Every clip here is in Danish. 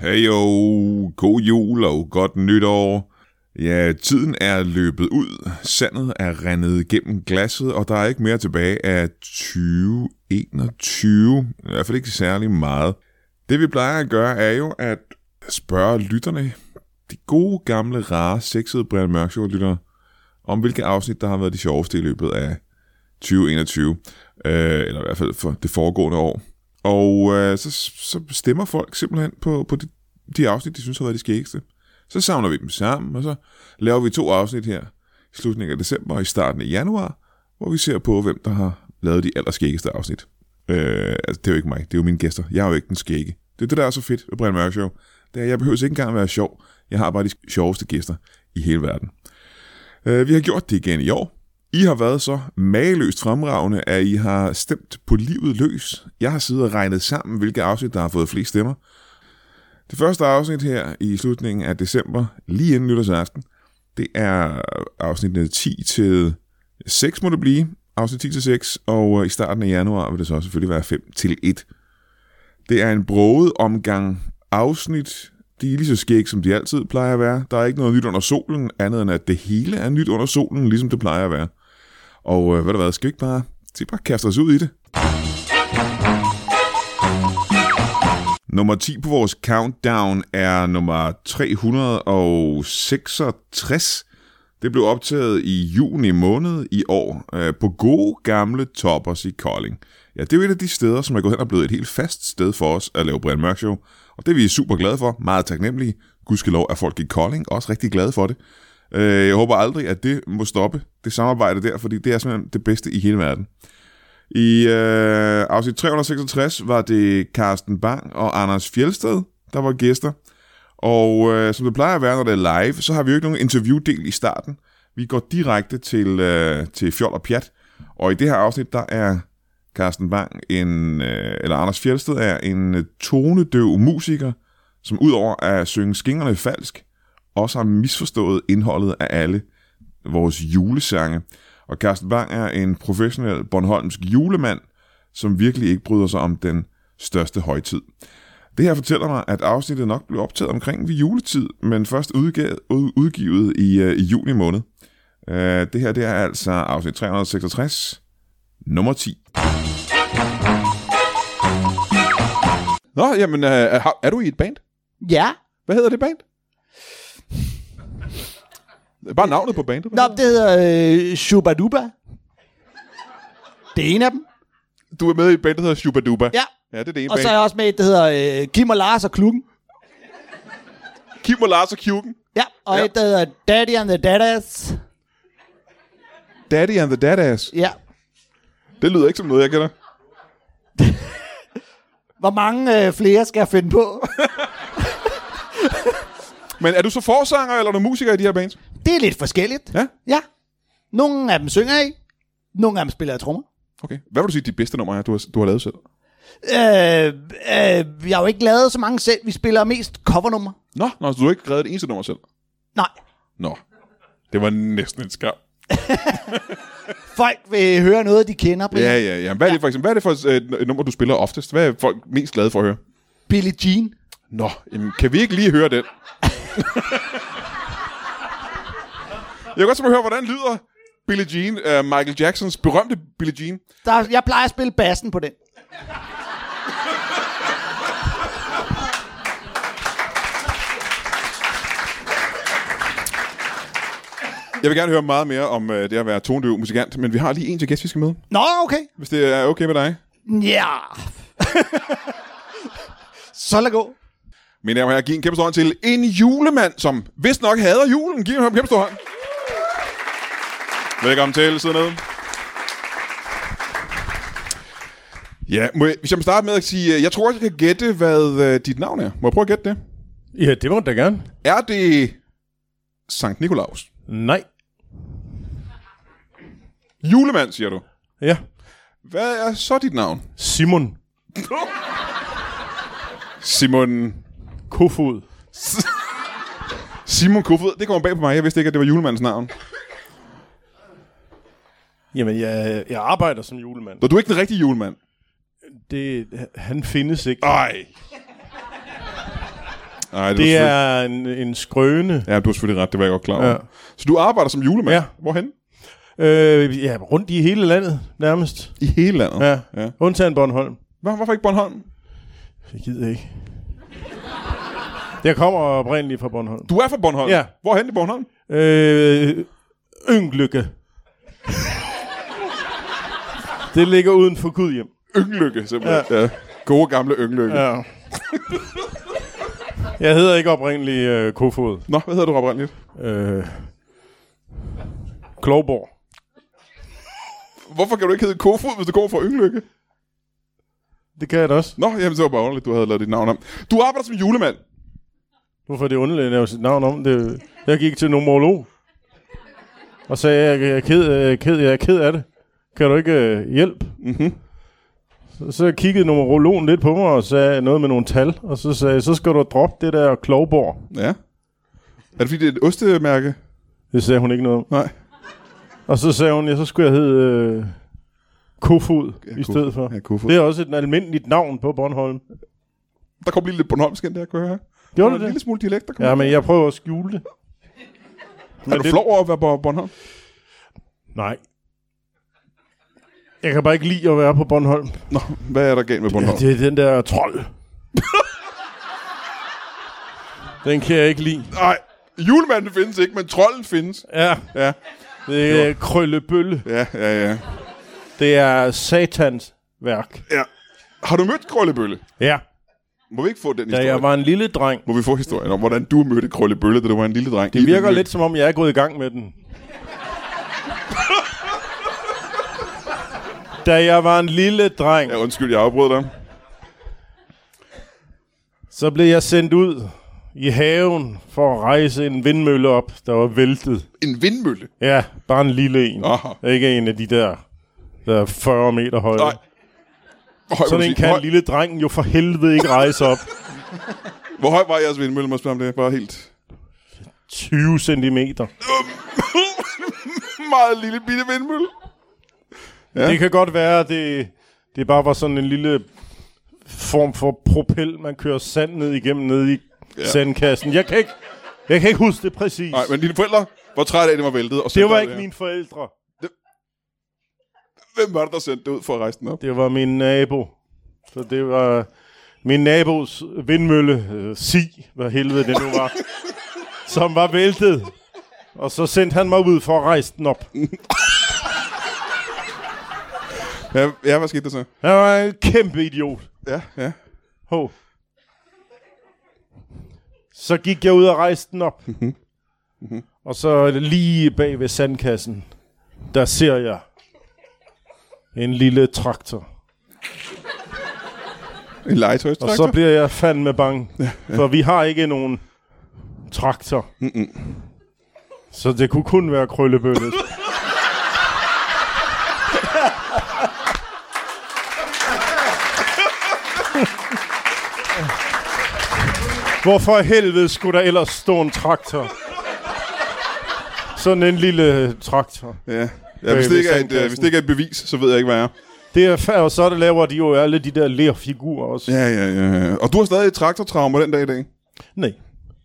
Hej og god jul og godt nytår. Ja, tiden er løbet ud, sandet er rendet gennem glasset, og der er ikke mere tilbage af 2021. I hvert fald ikke særlig meget. Det vi plejer at gøre er jo at spørge lytterne, de gode gamle, rare, sexede Brian Mørkshow lyttere, om hvilke afsnit, der har været de sjoveste i løbet af 2021, øh, eller i hvert fald for det foregående år. Og øh, så, så stemmer folk simpelthen på, på de, de afsnit, de synes har været de skægste. Så samler vi dem sammen, og så laver vi to afsnit her i slutningen af december og i starten af januar, hvor vi ser på, hvem der har lavet de allerskæggeste afsnit. Øh, altså, det er jo ikke mig, det er jo mine gæster. Jeg er jo ikke den skægge. Det er det, der er så fedt ved Brian Mørk Show. Det er, jeg behøver ikke engang at være sjov. Jeg har bare de sjoveste gæster i hele verden. Øh, vi har gjort det igen i år. I har været så mageløst fremragende, at I har stemt på livet løs. Jeg har siddet og regnet sammen, hvilke afsnit, der har fået flest stemmer. Det første afsnit her i slutningen af december, lige inden nytårsaften, det er afsnittene 10 til 6 må det blive, afsnit 10 til 6, og øh, i starten af januar vil det så selvfølgelig være 5 til 1. Det er en broget omgang afsnit. De er lige så skæg, som de altid plejer at være. Der er ikke noget nyt under solen, andet end at det hele er nyt under solen, ligesom det plejer at være. Og øh, ved du hvad, skal vi ikke bare, skal vi bare kaste os ud i det? Nummer 10 på vores countdown er nummer 366. Det blev optaget i juni måned i år øh, på gode gamle toppers i Kolding. Ja, det er jo et af de steder, som er gået hen og blevet et helt fast sted for os at lave Brian Mørk Show. Og det er vi super glade for, meget taknemmelige. Gudskelov er folk i Kolding også rigtig glade for det. Øh, jeg håber aldrig, at det må stoppe, det samarbejde der, fordi det er simpelthen det bedste i hele verden. I øh, afsnit 366 var det Carsten Bang og Anders Fjelsted, der var gæster. Og øh, som det plejer at være, når det er live, så har vi jo ikke nogen interviewdel i starten. Vi går direkte til, øh, til Fjol og Pjat. Og i det her afsnit, der er Carsten Bang, en, øh, eller Anders Fjelsted, er en øh, tonedøv musiker, som udover at synge skingerne falsk, også har misforstået indholdet af alle vores julesange. Og Carsten Bang er en professionel Bornholmsk julemand, som virkelig ikke bryder sig om den største højtid. Det her fortæller mig, at afsnittet nok blev optaget omkring ved juletid, men først udgav, ud- udgivet i, øh, i juni måned. Øh, det her det er altså afsnit 366, nummer 10. Nå, jamen, øh, har- er du i et band? Ja. Hvad hedder det band? Bare navnet på bandet. Nå, det hedder øh, Shubaduba. Det er en af dem. Du er med i et band, der hedder Shubaduba. Ja. Ja, det er det ene Og band. så er jeg også med, et, der hedder øh, Kim og Lars og Klubben. Kim og Lars og Kjuken. Ja, og Ja. ja. et, der hedder Daddy and the Daddas. Daddy and the Dadass. Ja. Det lyder ikke som noget, jeg kender. Hvor mange øh, flere skal jeg finde på? Men er du så forsanger, eller er du musiker i de her bands? Det er lidt forskelligt. Ja. Ja. Nogle af dem synger i. Nogle af dem spiller jeg trommer. Okay. Hvad vil du sige, de bedste numre er, du har, du har lavet selv? Øh, øh, jeg har jo ikke lavet så mange selv. Vi spiller mest covernummer. Nå, nå så du har ikke reddet det eneste nummer selv? Nej. Nå. Det var næsten en skam. Folk vil høre noget, de kender. Brian. Ja, ja, ja. Hvad er det for eksempel? Hvad er det for øh, et nummer, du spiller oftest? Hvad er folk mest glade for at høre? Billie Jean. Nå, jamen, kan vi ikke lige høre den? jeg kan godt tænke mig at høre, hvordan lyder Billie Jean, uh, Michael Jacksons berømte Billie Jean. Der, jeg plejer at spille bassen på den. Jeg vil gerne høre meget mere om uh, det at være tondøv musikant, men vi har lige en til gæst, vi skal med, Nå, okay. hvis det er okay med dig. Ja. så lad gå. Men jeg må her give en kæmpe stor hånd til en julemand, som vist nok hader julen. Giv ham en kæmpe stor hånd. Velkommen til, sidde nede. Ja, må jeg, hvis jeg må starte med at sige, øh, jeg tror, jeg kan gætte, hvad øh, dit navn er. Må jeg prøve at gætte det? Ja, det må du da gerne. Er det Sankt Nikolaus? Nej. Julemand, siger du. Ja. Hvad er så dit navn? Simon Simon... Kofod. Simon Kofod. Det kommer bag på mig. Jeg vidste ikke, at det var julemandens navn. Jamen, jeg, jeg arbejder som julemand. Så du er ikke den rigtige julemand? Det, han findes ikke. Ej. Nej, det, Det det er... er en, en skrøne. Ja, du har selvfølgelig ret, det var jeg godt klar over. Ja. Ja. Så du arbejder som julemand? Ja. Hvorhen? Øh, ja, rundt i hele landet, nærmest. I hele landet? Ja. ja. Undtagen Bornholm. Hvor, hvorfor ikke Bornholm? Jeg gider ikke. Jeg kommer oprindeligt fra Bornholm. Du er fra Bornholm? Ja. Hvorhen i Bornholm? Øh, Ynglykke. det ligger uden for Gudhjem. Ynglykke, simpelthen. Ja. ja. Gode gamle Ynglykke. Ja. Ja. Jeg hedder ikke oprindeligt øh, Kofod. Nå, hvad hedder du oprindeligt? Øh, Klovborg. Hvorfor kan du ikke hedde Kofod, hvis du går fra Ynglykke? Det kan jeg da også. Nå, jamen, det var bare underligt, du havde lavet dit navn om. Du arbejder som julemand. Hvorfor er det underligt at lave sit navn om? Det, jeg gik til nomolog. Og sagde, jeg, jeg, er ked, jeg, er ked, jeg er ked af det. Kan du ikke øh, hjælpe? Mm-hmm. Så, så kiggede numerologen lidt på mig og sagde noget med nogle tal. Og så sagde jeg, så skal du droppe det der Klovborg. Ja. Er det fordi, det er et ostemærke? Det sagde hun ikke noget om. Nej. Og så sagde hun, ja, så skulle jeg hedde øh, Kofod i Kofod. stedet for. Ja, Kofod. Det er også et almindeligt navn på Bornholm. Der kom lige lidt Bornholmsk ind der, kunne jeg høre. Der Gjorde var en det lille det? smule dialekt, der kom. Ja, men jeg prøver at skjule det. er du det- flov over at være på Bornholm? Nej. Jeg kan bare ikke lide at være på Bornholm. Nå, hvad er der galt med Bornholm? Det er den der trold. den kan jeg ikke lide. Nej, julemanden findes ikke, men trolden findes. Ja. Ja. Det er krøllebølle. Ja, ja, ja. Det er satans værk. ja. Har du mødt Krøllebølle? Ja. Må vi ikke få den Da historie? jeg var en lille dreng. Må vi få historien om, hvordan du mødte Krøllebølle, da du var en lille dreng? Det virker lidt som om, jeg er gået i gang med den. da jeg var en lille dreng, Ja, undskyld, jeg afbrød dig. så blev jeg sendt ud i haven for at rejse en vindmølle op, der var væltet. En vindmølle? Ja, bare en lille en. Aha. Ikke en af de der, der er 40 meter høje. Nej. Høj, Sådan en kan en lille dreng jo for helvede ikke rejse op. Hvor høj var jeres vindmølle, må jeg spørge om det? Bare helt... 20 centimeter. Meget lille bitte vindmølle. Ja. Det kan godt være, at det, det bare var sådan en lille form for propel, man kører sand ned igennem nede i ja. sandkassen. Jeg kan, ikke, jeg kan ikke huske det præcis. Nej, men dine forældre var trætte af, at det var væltet. Og sendte det var dig ikke her. mine forældre. Hvem var det, der sendte det ud for at rejse den op? Det var min nabo. Så det var min nabos vindmølle, øh, Si, hvad helvede det nu var, som var væltet. Og så sendte han mig ud for at rejse den op. Ja, ja hvad skete der så? Han var en kæmpe idiot. Ja, ja. Ho. Så gik jeg ud og rejste den op. Mhm. og så lige bag ved sandkassen, der ser jeg en lille traktor. En legetøjstraktor? Og så bliver jeg fandme bange, for vi har ikke nogen traktor. Så det kunne kun være krøllebøllet. Hvorfor i helvede skulle der ellers stå en traktor? Sådan en lille traktor. Ja. ja hvis, det ved ikke er et, øh, sandkassen. hvis det ikke er et bevis, så ved jeg ikke, hvad jeg er. Det er fa- og så der laver de jo alle de der lerfigurer også. Ja, ja, ja. Og du har stadig et traktortraume den dag i dag? Nej.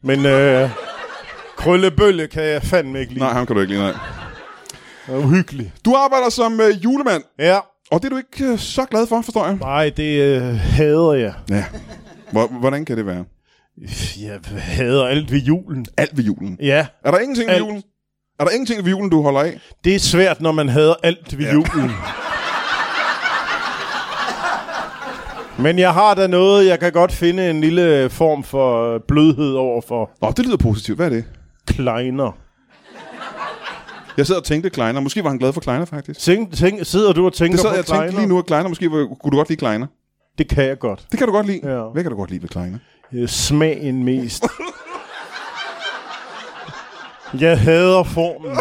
Men øh, krøllebølle kan jeg fandme ikke lide. Nej, ham kan du ikke lide, nej. Det er uhyggeligt. Du arbejder som øh, julemand, Ja. og det er du ikke øh, så glad for, forstår jeg. Nej, det øh, hader jeg. Ja. Hvor, hvordan kan det være? Jeg hader alt ved julen. Alt ved julen. Ja, Er der ingenting ved Alt. julen? Er der ingenting ved julen, du holder af? det er svært, når man hader alt ved ja. julen. Men jeg har da noget, jeg kan godt finde en lille form for øh, blødhed over for Nå, det lyder positivt. Hvad er det? kleiner. Jeg sidder og tænkte Kleiner. Måske var han glad for Kleiner, faktisk. Tænk, tænk, sidder du og tænker Det sad på jeg og kleiner? tænkte lige nu, at Kleiner måske var, kunne du godt lide Kleiner. Det kan jeg godt. Det kan du godt lide. Ja. Hvad kan du godt lide ved Kleiner? Øh, Smagen mest. jeg hader formen.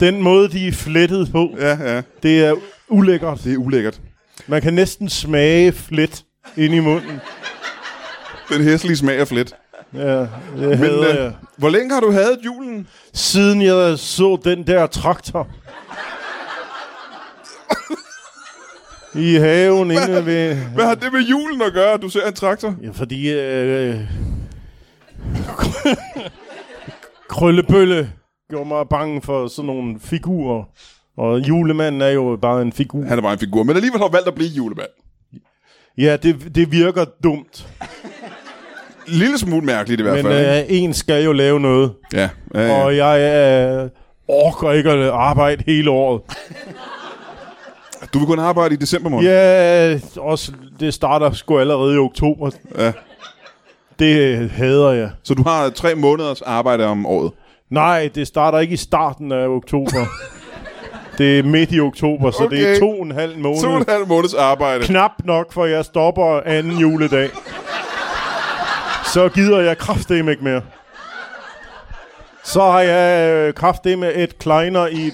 Den måde, de er flettet på. Ja, ja. Det er ulækkert. Det er ulækkert. Man kan næsten smage flet ind i munden. Den hæslige smag er flet. Ja, det Men, hader øh, jeg. hvor længe har du hadet julen? Siden jeg så den der traktor. I haven inde ved... Hvad har det med julen at gøre, at du ser en traktor? Ja, fordi... Øh, Krøllebølle gjorde mig bange for sådan nogle figurer. Og julemanden er jo bare en figur. Han er bare en figur, men alligevel har du valgt at blive julemand. Ja, det, det virker dumt. Lille smule mærkeligt i hvert Men fald. ikke? øh, en skal jo lave noget. ja, ja, ja. Og jeg øh, orker ikke at arbejde hele året. Du vil kun arbejde i december måned. Ja, også, det starter sgu allerede i oktober. Ja. Det øh, hader jeg. Så du har tre måneders arbejde om året. Nej, det starter ikke i starten af oktober. det er midt i oktober, så det Okay. er to og en halv måned. To og en halv måneds arbejde. Knap nok, for jeg stopper anden juledag. Så gider jeg kraftedeme ikke mere. Så har jeg øh, kraftedeme et kleiner i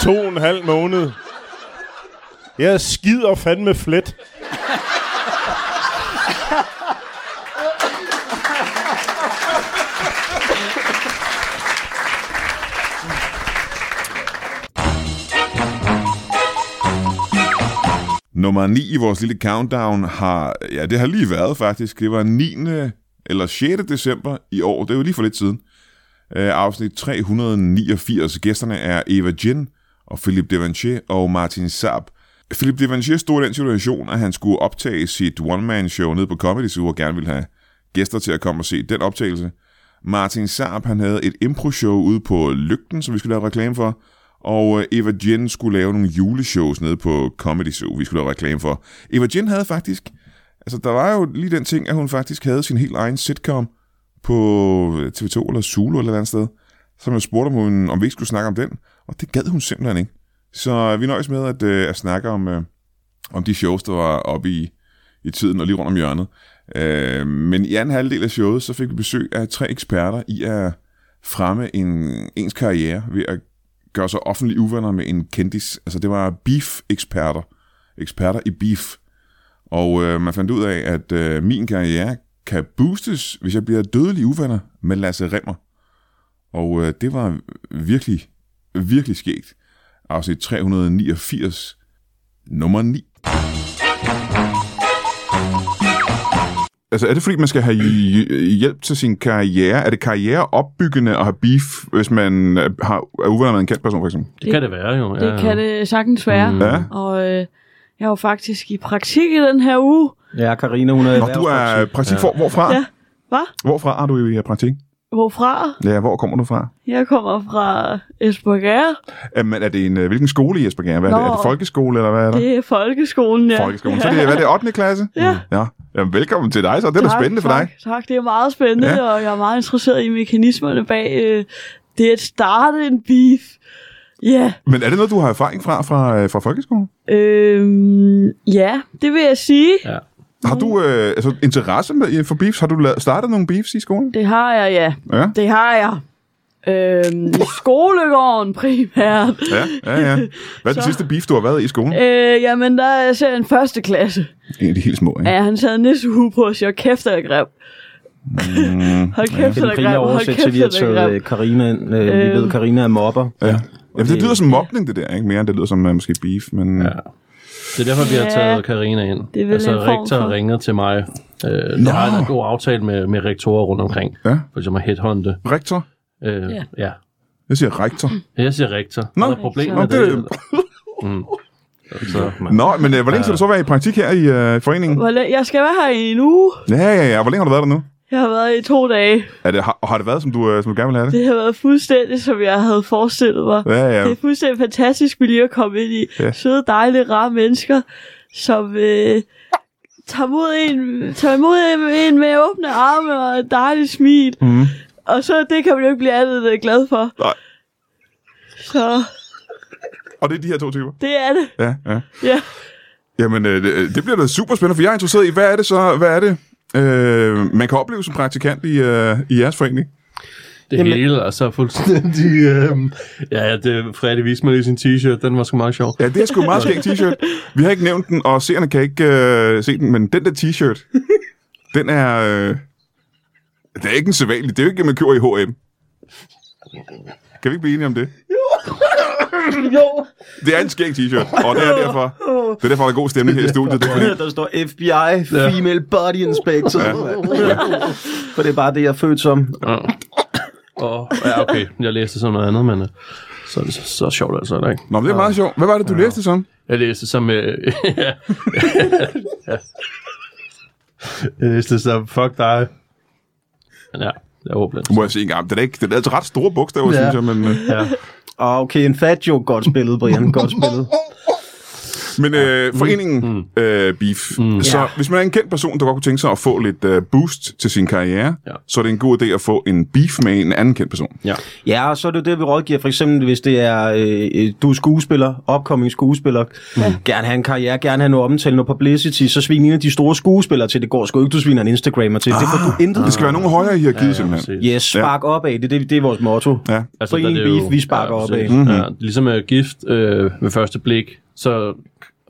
to og en halv måned. Jeg skider fandme flet. Nummer 9 i vores lille countdown har, ja det har lige været faktisk, det var 9. eller 6. december i år, det er jo lige for lidt siden, øh, afsnit 389. Gæsterne er Eva Jin og Philip Devanché og Martin Saab. Philip Devanché stod i den situation, at han skulle optage sit one-man-show nede på Comedy Zoo og gerne ville have gæster til at komme og se den optagelse. Martin Saab, han havde et impro-show ude på Lygten, som vi skulle lave reklame for, og øh, Eva Jen skulle lave nogle juleshows nede på Comedy Zoo, vi skulle lave reklame for. Eva Jen havde faktisk, altså der var jo lige den ting, at hun faktisk havde sin helt egen sitcom på øh, TV2 eller Zulu eller et eller andet sted, som jeg spurgte, om, hun, om vi ikke skulle snakke om den, og det gad hun simpelthen ikke. Så vi nøjes med at, øh, at snakke om, øh, om de shows, der var oppe i, i tiden og lige rundt om hjørnet. Øh, men i anden halvdel af showet, så fik vi besøg af tre eksperter i at fremme en, ens karriere ved at gøre sig offentlig uvenner med en kendis. Altså det var beef-eksperter. Eksperter i beef. Og øh, man fandt ud af, at øh, min karriere kan boostes, hvis jeg bliver dødelig uvenner med Lasse Remmer. Og øh, det var virkelig, virkelig skægt. Afsnit 389, nummer 9. Altså, er det fordi, man skal have hj- hjælp til sin karriere? Er det karriereopbyggende at have beef, hvis man øh, har, er uvenner med en kendt person, for eksempel? Det kan det være, jo. Det kan det sagtens være. Mm. Mm. Ja. Og øh, jeg var faktisk i praktik i den her uge. Ja, Karina, hun er Nå, du er praktik for, hvorfra? Ja. Hvad? Hvorfra er du i øh, praktik? Hvorfra? Ja, hvor kommer du fra? Jeg kommer fra Esbjerg. Jamen, er det en, øh, hvilken skole i Esbjerg? Hvad er, Nå. det? er det folkeskole, eller hvad er det? Det er folkeskolen, ja. Folkeskolen. Så det, er- hvad er det, 8. klasse? Ja. ja. Jamen, velkommen til dig, så det er da Tak, spændende for dig. tak, Tak, det er meget spændende, Ja. ja. og jeg er meget interesseret i mekanismerne bag øh, det at starte en beef. Ja, Men er det noget, du har erfaring fra, fra, øh, fra folkeskolen? øhm, ja, det vil jeg sige. Ja. Har Mm. du øh, altså, interesse med, for beefs? Har du la- startet nogle beefs i skolen? Det har jeg, ja. Ja. Det har jeg. Øhm, I skolegården primært. Ja, ja, ja. Hvad er den Så- sidste beef, du har været i i skolen? Øh, jamen, der er selv en første klasse. En af de helt små, ikke? Ja, han sad nissehue på os. Jeg kæft, der er grim. Mm. Hold kæft, Det er der en er primær grim. Hold oversættelse, kæft, vi har der er taget øh, grim. Karina ind. Øh, Vi ved, Øhm. Karina er mobber. Ja. Jamen, det det- lyder som mobning, det der, ikke? Mere end det lyder som uh, måske beef, men... Ja. Ja. Det er derfor, vi har Ja. taget Karina ind. Det er vel altså, en form rektor for- ringede til mig. Øh, Nå. jeg har en god aftale med, med rektorer rundt omkring, Ja. for eksempel at headhunte. Rektor? Øh, Ja. ja. ja. Jeg siger rektor. Jeg siger rektor. Nå. Nå, er der problemer Nå, med det? det- eller? mm. Altså, Så, Nå, men uh, hvor længe skal du så være i praktik her i uh, foreningen? Hvor læ- Jeg skal være her i en uge. Ja, ja, ja. Hvor længe har du været der nu? Jeg har været i to dage. Er det, har, har det været, som du, uh, som du gerne vil have det? Det har været fuldstændig, som jeg havde forestillet mig. Ja, ja. Det er fuldstændig fantastisk miljø at komme ind i. Ja. Søde, dejlige, rare mennesker, som øh, tager, mod en, tager imod en med åbne arme og et dejligt smil. Mm-hmm. Mhm. Og så det kan man jo ikke blive andet end glad for. Nej. Så Og det er de her to typer? det er det. Ja, ja. Ja. Jamen, øh, det, det bliver da super spændende, for jeg er interesseret i, hvad er det så, hvad er det, øh, man kan opleve som praktikant i, øh, i jeres forening? det Jamen. hele er så fuldstændig... Øh, ja, ja, det, Fredrik viste mig lige sin t-shirt. Den var sgu meget sjov. Ja, det er sgu en meget skæg t-shirt. Vi har ikke nævnt den, og seerne kan ikke øh, se den, men den der t-shirt, den er... Øh, det er ikke en sædvanlig. Det er jo ikke, man køber i H&M. Kan vi ikke blive enige om det? Jo. Det er en skæg t-shirt, og det er derfor, det er derfor, der er god stemning her i studiet. Det er, fordi- Der står FBI, Female Body Inspector. For det er bare det, jeg er født som. Ja. Og, ja, okay. Jeg læste sådan noget andet, men øh, så, så, så sjovt altså, er det ikke? Nå, men det er meget sjovt. Hvad var det, du læste som? Jeg læste som... Øh, ja. Jeg læste som, fuck dig. Men ja, jeg håber det. Du må jeg sige en gang. Det er, da ikke, det er altså ret store bogstaver, ja. Ja. synes jeg. Men, øh, Ja. Ah, okay, en fat joke. Godt spillet, Brian. Godt spillet. men øh, foreningen Mm. øh, Beef. Så Ja. hvis man er en kendt person, der godt kunne tænke sig at få lidt øh, boost til sin karriere, Ja. så er det en god idé at få en beef med en anden kendt person. ja. Ja, og så er det jo det, vi rådgiver. For eksempel, hvis det er, øh, øh, du er skuespiller, opkommende skuespiller, mm. gerne have en karriere, gerne have noget omtale, noget publicity, så svin en af de store skuespillere til. Det går sgu ikke, du sviner en Instagrammer til. Ah, det får du intet. Det skal være nogen højere i hierarkiet, ja, simpelthen. præcis. Yes, spark ja. opad. Det, er det, det er vores motto. Ja. Mhm. Altså, Fri en der er det beef, vi sparker ja, opad. præcis. Ja, ligesom at gift øh, ved første blik, så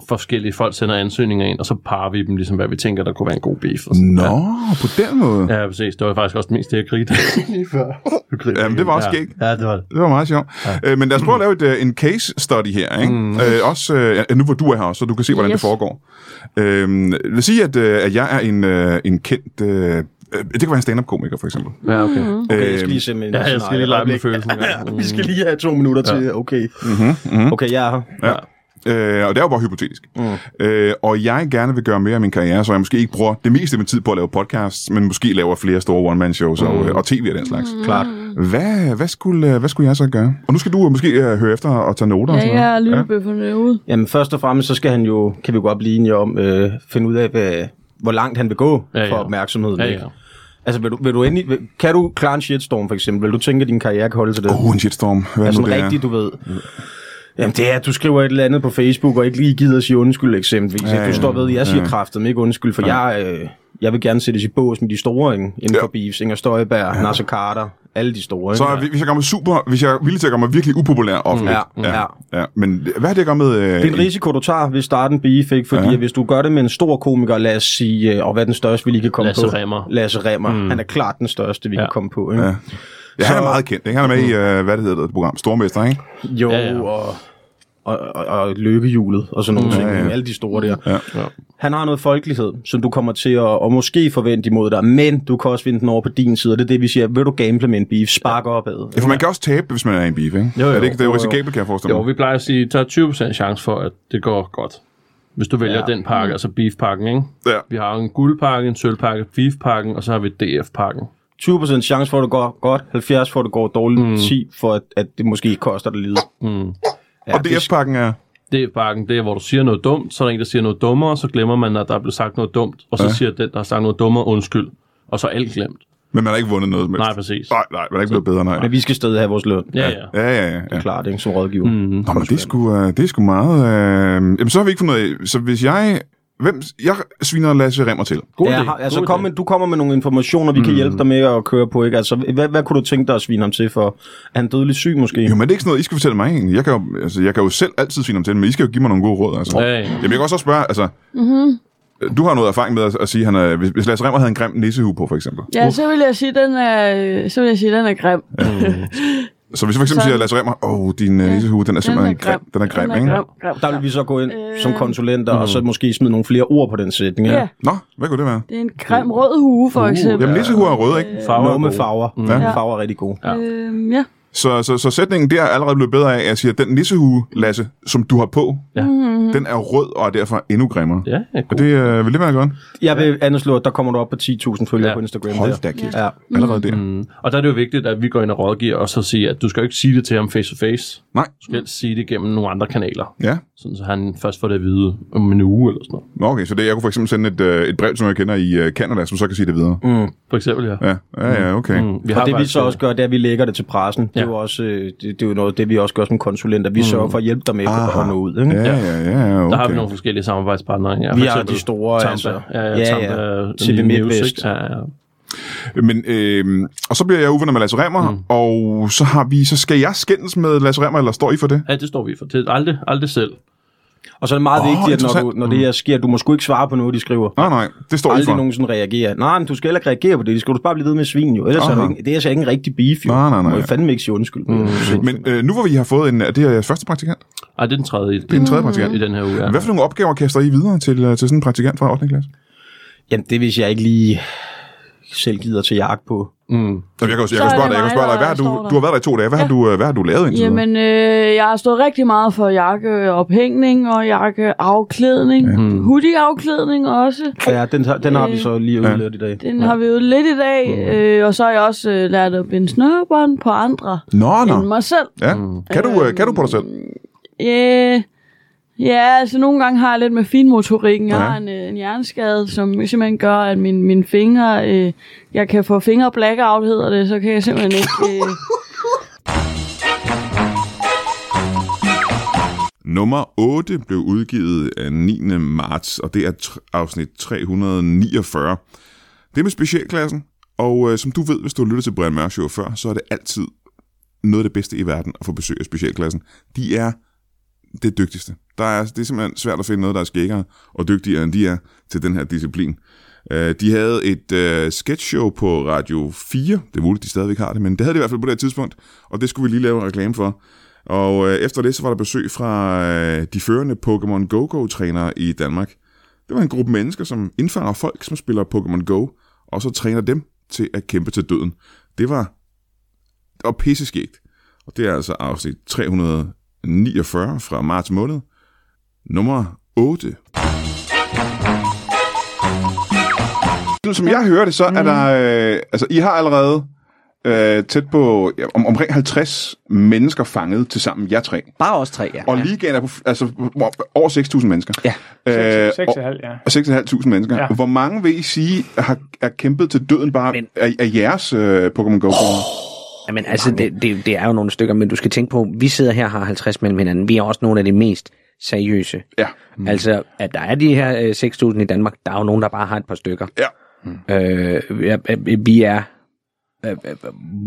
forskellige folk sender ansøgninger ind, og så parer vi dem, ligesom hvad vi tænker, der kunne være en god beef. Og sådan. Nå, på den måde. Ja. ja, præcis. Det var faktisk også mest det, jeg grinte lige før. Du griner Jamen, det var igen. også ja. skægt. Ja, det var det. Det var meget sjovt. Ja. Øh, men lad os prøve at lave et, øh, en case study her. Ikke? Mm. Øh, også øh, ja, nu hvor du er her, også, så du kan se, hvordan yes. det Yes. foregår. Øh, lad os sige, at, øh, at jeg er en, øh, en kendt... Øh, øh, det kan være en stand-up-komiker, for eksempel. Ja, okay. Okay, jeg skal Øhm, lige se med en Ja, jeg skal lige lege med følelsen. Ja, vi skal lige have to minutter ja. til, okay. Mm-hmm, mm-hmm. Okay, jeg er her. Mhm, Ja. Øh, og det er jo bare hypotetisk. Mm. Øh, og jeg gerne vil gøre mere af min karriere, så jeg måske ikke bruger det meste af min tid på at lave podcasts, men måske laver flere store one-man-shows og, øh, og tv og den slags. Mm. Klart. Hvad, hvad, skulle, øh, hvad skulle jeg så gøre? Og nu skal du øh, måske øh, høre efter og tage noter og Ja, sådan noget. jeg er lynbøfferne ude. Jamen, først og fremmest, så skal han jo, kan vi jo godt blive enige om, øh, finde ud af, hvad, hvor langt han vil gå Ja, ja, ja. for opmærksomheden. Ja, ikke? ja. Altså, vil du, vil du endelig, vil, kan du klare en shitstorm, for eksempel? Vil du tænke, at din karriere kan holde til det? Åh, oh, en shitstorm. Hvad altså, nu det sådan er. rigtigt, du ved. Jamen, det er, at du skriver et eller andet på Facebook, og ikke lige gider at sige undskyld, eksempelvis. Ja, Ja, ja, du står ved, jeg siger ja. ja. kraftet, ikke undskyld, for ja. jeg, øh, jeg vil gerne sættes i bås med de store, ikke? Ja. Inden ja. for beefs, Inger Støjberg, ja. Nasser Carter, alle de store, ikke? Så ja. hvis jeg gør mig super, hvis jeg er villig til at gøre mig virkelig upopulær offentligt. Ja, ja. ja. Men hvad har det at gøre med... Øh, Det er en risiko, du tager ved starten beef, ikke? Fordi Ja. ja. hvis du gør det med en stor komiker, lad os sige, øh, og hvad er den største, vi lige kan komme Lasse på? Remmer. Lasse Remmer. Mm. Han er klart den største, vi Ja. ja. kan komme på, ikke? Ja. Ja. ja, han er meget kendt. Ikke? Han er med Mm. i, øh, hvad det hedder det program? Stormester, ikke? Jo, Ja, ja, ja. ja. og... Og, og, og lykkehjulet og sådan nogle mm, ting. Ja, ja. Alle de store der. Ja. Han har noget folkelighed, som du kommer til at og måske forvente imod dig, men du kan også vinde den over på din side, og det er det, vi siger, vil du gamble med en beef, spark opad. Ja, for man kan også tabe, hvis man er i en beef, ikke? Jo, jo. er det ikke det er jo Jo, jo. risikabelt, kan jeg forestille Jo, mig? vi plejer at sige, at der er 20% chance for, at det går godt. Hvis du vælger ja. Ja. den pakke, altså beefpakken, ikke? Mm. Ja. Vi har jo en guldpakke, en sølvpakke, beefpakken, og så har vi DF-pakken. 20% chance for, at det går godt, 70% for, at det går dårligt, mm. 10% for, at, at det måske koster dig lidt. Mm. Ja, Og det er DF-pakken er... DF-pakken, det er, hvor du siger noget dumt, så er der en, der siger noget dummere, så glemmer man, at der er blevet sagt noget dumt, og så Ja. ja. siger den, der har sagt noget dummere, undskyld. Og så er alt glemt. Men man har ikke vundet noget som helst. Nej, præcis. Nej, nej, man er ikke blevet bedre, nej. Men vi skal stadig have vores løn. Ja, ja. Ja, ja, ja. ja. Klart, ikke? Som rådgiver. Mm. Nå, men det er sgu, øh, det er sgu meget... Øh... Jamen, så har vi ikke fundet ud af... Så hvis jeg... Hvem, jeg sviner Lasse Remmer til. God Ja, idé, har- altså, god kom idé. med, du kommer med nogle informationer, vi mm. kan hjælpe dig med at køre på, ikke? Altså, hvad, hvad kunne du tænke dig at svine ham til for? Er han dødelig syg, måske? Jo, men det er ikke sådan noget, I skal fortælle mig egentlig. Jeg kan jo, altså, jeg kan jo selv altid svine om til, men I skal jo give mig nogle gode råd. Altså. Ja, ja. Jamen, jeg kan også spørge, altså... Mhm. Mm-hmm. Du har noget erfaring med at, at sige, han er, hvis, hvis Lasse Remmer havde en grim nissehue på, for eksempel. Ja, så vil jeg sige, den er, øh, så vil jeg sige, den er grim. Så hvis jeg for eksempel Så- siger, Lasse Remmer, åh, oh, din ja, nissehue, den er simpelthen den er grim. Den er grim, ikke? grim, grim, Der vil grim. vi så gå ind øh... Øh. som konsulenter, mm. og så måske smide nogle flere ord på den sætning. Ja, Nå, hvad kunne det være? det er en grim rød hue, for eksempel. Øh, Uh, Jamen, nissehuer er røde, ikke? Farver er Noget med gode. farver. Mm. Ja. Farver er rigtig gode. Ja. Øhm, ja. Så, så, så sætningen der er allerede blevet bedre af, at jeg siger, den nissehue, Lasse, som du har på, Ja. den er rød og er derfor endnu grimmere. Ja, ja, Og god. det, øh, vil det være godt? Jeg vil anslå, at der kommer du op på 10.000 følgere Ja. på Instagram. Hold der. da kæft. Ja. Allerede der. Mm. Og der er det jo vigtigt, at vi går ind og rådgiver, og så siger, at du skal jo ikke sige det til ham face to face. Nej. Du skal helst sige det gennem nogle andre kanaler, Ja. sådan så han først får det at vide om en uge eller sådan noget. Nå, okay, så det, jeg kunne for eksempel sende et, øh, et brev, som jeg kender i øh, Canada, som så kan sige det videre. Mm. For eksempel, ja. Ja, ja, ja, okay. Mm. Mm. Vi og det vi faktisk- så også gør, det er, at vi lægger det til pressen. Ja. Det, Ja. Mm. er jo også, øh, det, det er jo noget, det vi også gør som konsulenter. Vi sørger for at hjælpe dig med at nå ud. Ikke? Ja, ja, ja, ja, okay. Der har vi nogle forskellige samarbejdspartnere. Ja, Vi For har eksempel de store, Tampa. altså. Ja, ja, Ja, Tampa, ja. øh, TV News, MidtVest. ikke? Ja, ja. Men, øh, og så bliver jeg uvenner med Lasse Remmer, mm. og så har vi, så skal jeg skændes med Lasse Remmer, eller står I for det? ja, det står vi for. Det er aldrig, aldrig selv. Og så er det meget Åh, oh, vigtigt, at når, du, interessant. Mm. når det her sker, du må sgu ikke svare på noget, de skriver. Nej, nej, det står aldrig udenfor. nogen sådan reagerer. Nej, men du skal heller ikke reagere på det. Det skal du bare blive ved med svin, jo. Ellers er Aha. du ikke, det er altså ikke en rigtig beef, jo. Nej, nej, nej. Må jeg fandme ikke sige undskyld. Mm. Men øh, nu hvor vi har fået en... Er det jeres første praktikant? Ej, det er den tredje, det er den tredje praktikant. i den her uge. Ja. Hvad for nogle opgaver kaster I videre til, øh, til sådan en praktikant fra 8. klasse? Jamen, det hvis jeg ikke lige selv gider til jagt på. Mm. Jamen, jeg kan jo jeg Så kan er spørge det dig, jeg kan mig, spørge dig, der hvad har du, står der. du har været der i to dage, hvad, har, du, øh, hvad har du lavet indtil videre? Jamen, øh, jeg har stået rigtig meget for jakkeophængning og jakkeafklædning. Mm. Hoodieafklædning også. Øh, Ja, den, har- den har vi så lige Ja. udlært i dag. Den har vi jo lidt i dag. Mm. Øh, og så har jeg også øh, lært at binde snørebånd på andre Nå, nå. end mig selv. Øhm, Ja. Mm. Kan, du, øh, kan du på dig selv? Øh, ja, altså nogle gange har jeg lidt med finmotorikken. Jeg Ja. har en, øh, en hjerneskade, som simpelthen gør, at min, mine fingre... Øh, jeg kan få fingre blackout, hedder det, så kan jeg simpelthen ikke... Øh, Nummer 8 blev udgivet af 9. marts, og det er tr- afsnit 349. Det er med specialklassen, og øh, som du ved, hvis du har lyttet til Brian Mørk Show før, så er det altid noget af det bedste i verden at få besøg af specialklassen. De er det dygtigste. Der er, det er simpelthen svært at finde noget, der er skækkere og dygtigere, end de er til den her disciplin. Øh, de havde et øh, sketchshow på Radio 4. Det er muligt, de stadigvæk har det, men det havde de i hvert fald på det her tidspunkt, og det skulle vi lige lave en reklame for. Og øh, efter det, så var der besøg fra øh, de førende Pokémon Go-Go-trænere i Danmark. Det var en gruppe mennesker, som indfanger folk, som spiller Pokémon Go, og så træner dem til at kæmpe til døden. Det var, det var pisseskægt. Og det er altså afsnit 349 fra marts måned. Nummer 8. Sådan Som jeg hører det, Mm. så er der... Øh, altså, I har allerede øh, tæt på ja, om, omkring 50 mennesker fanget til sammen, jer tre. Bare os tre, ja. Og ja. ligaen er på, f- altså, hvor- over 6.000 mennesker. Ja. Øh, 6,5, ja. og 6.500 mennesker. Ja. Ja. Hvor mange vil I sige har, er kæmpet til døden bare Men- af, af jeres øh, Pokémon Go? Oh. Jamen, altså, det, det, det er jo nogle stykker, men du skal tænke på, vi sidder her og har 50 mellem hinanden. Vi er også nogle af de mest seriøse. Ja. Mm. Altså, at der er de her øh, 6.000 i Danmark, der er jo nogen, der bare har et par stykker. Ja. Øh, vi- øh, vi er, øh, øh,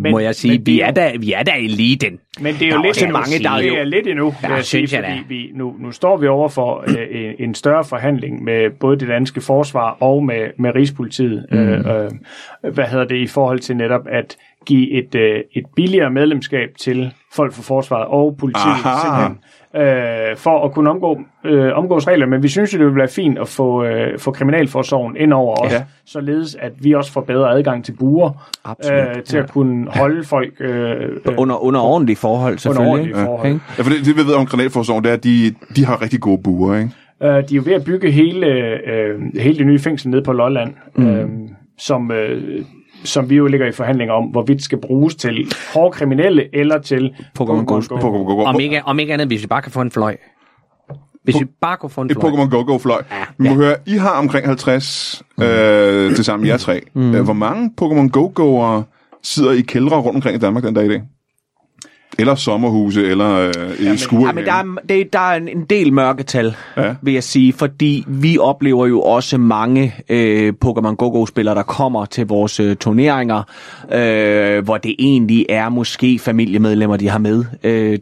men, må jeg sige, men vi vi er er, jo- da, vi er da eliten. Men det er Der jo er lidt også endnu, mange, der er det jo- er lidt endnu, Der vil jeg sige, synes jeg, der fordi er. vi, nu, nu står vi over for øh, en- en større forhandling med både det danske forsvar og med, med Rigspolitiet, mm. øh, øh, hvad hedder det, i forhold til netop at give et, øh, et billigere medlemskab til folk fra forsvaret og politiet, Aha. simpelthen, øh, for at kunne omgå, øh, omgås regler, men vi synes jo, det ville være fint at få, øh, få Kriminalforsorgen ind over os, Ja. ja. således at vi også får bedre adgang til buer, Absolut. øh, til at kunne holde folk øh, øh, Under, under ordentlige forhold, selvfølgelig. ordentlige ikke? forhold. Ikke? ja, for det, det vi ved om Granatforsorgen, det er, at de, de har rigtig gode buer, ikke? Øh, de er jo ved at bygge hele, øh, hele det nye fængsel nede på Lolland, mm. øh, som, øh, som vi jo ligger i forhandlinger om, hvorvidt skal bruges til hårde kriminelle eller til Pokémon Go. Go. Pokémon Go. Om ikke, om ikke andet, hvis vi bare kan få en fløj. Hvis vi bare kunne få en Et fløj. Pokémon Go-Go-fløj. Ja, Ja, Vi må ja. høre, I har omkring 50 øh, til sammen, jer tre. Mm. Hvor mange Pokémon Go-Go'ere sidder i kældre rundt omkring i Danmark den dag i dag? Eller sommerhuse, eller øh, i skure. Ja, men der er, det, der er en, en del mørketal, Ja. ja. vil jeg sige, fordi vi oplever jo også mange øh, Pokémon Go-Go-spillere, der kommer til vores øh, turneringer, øh, hvor det egentlig er måske familiemedlemmer, de har med. Øh,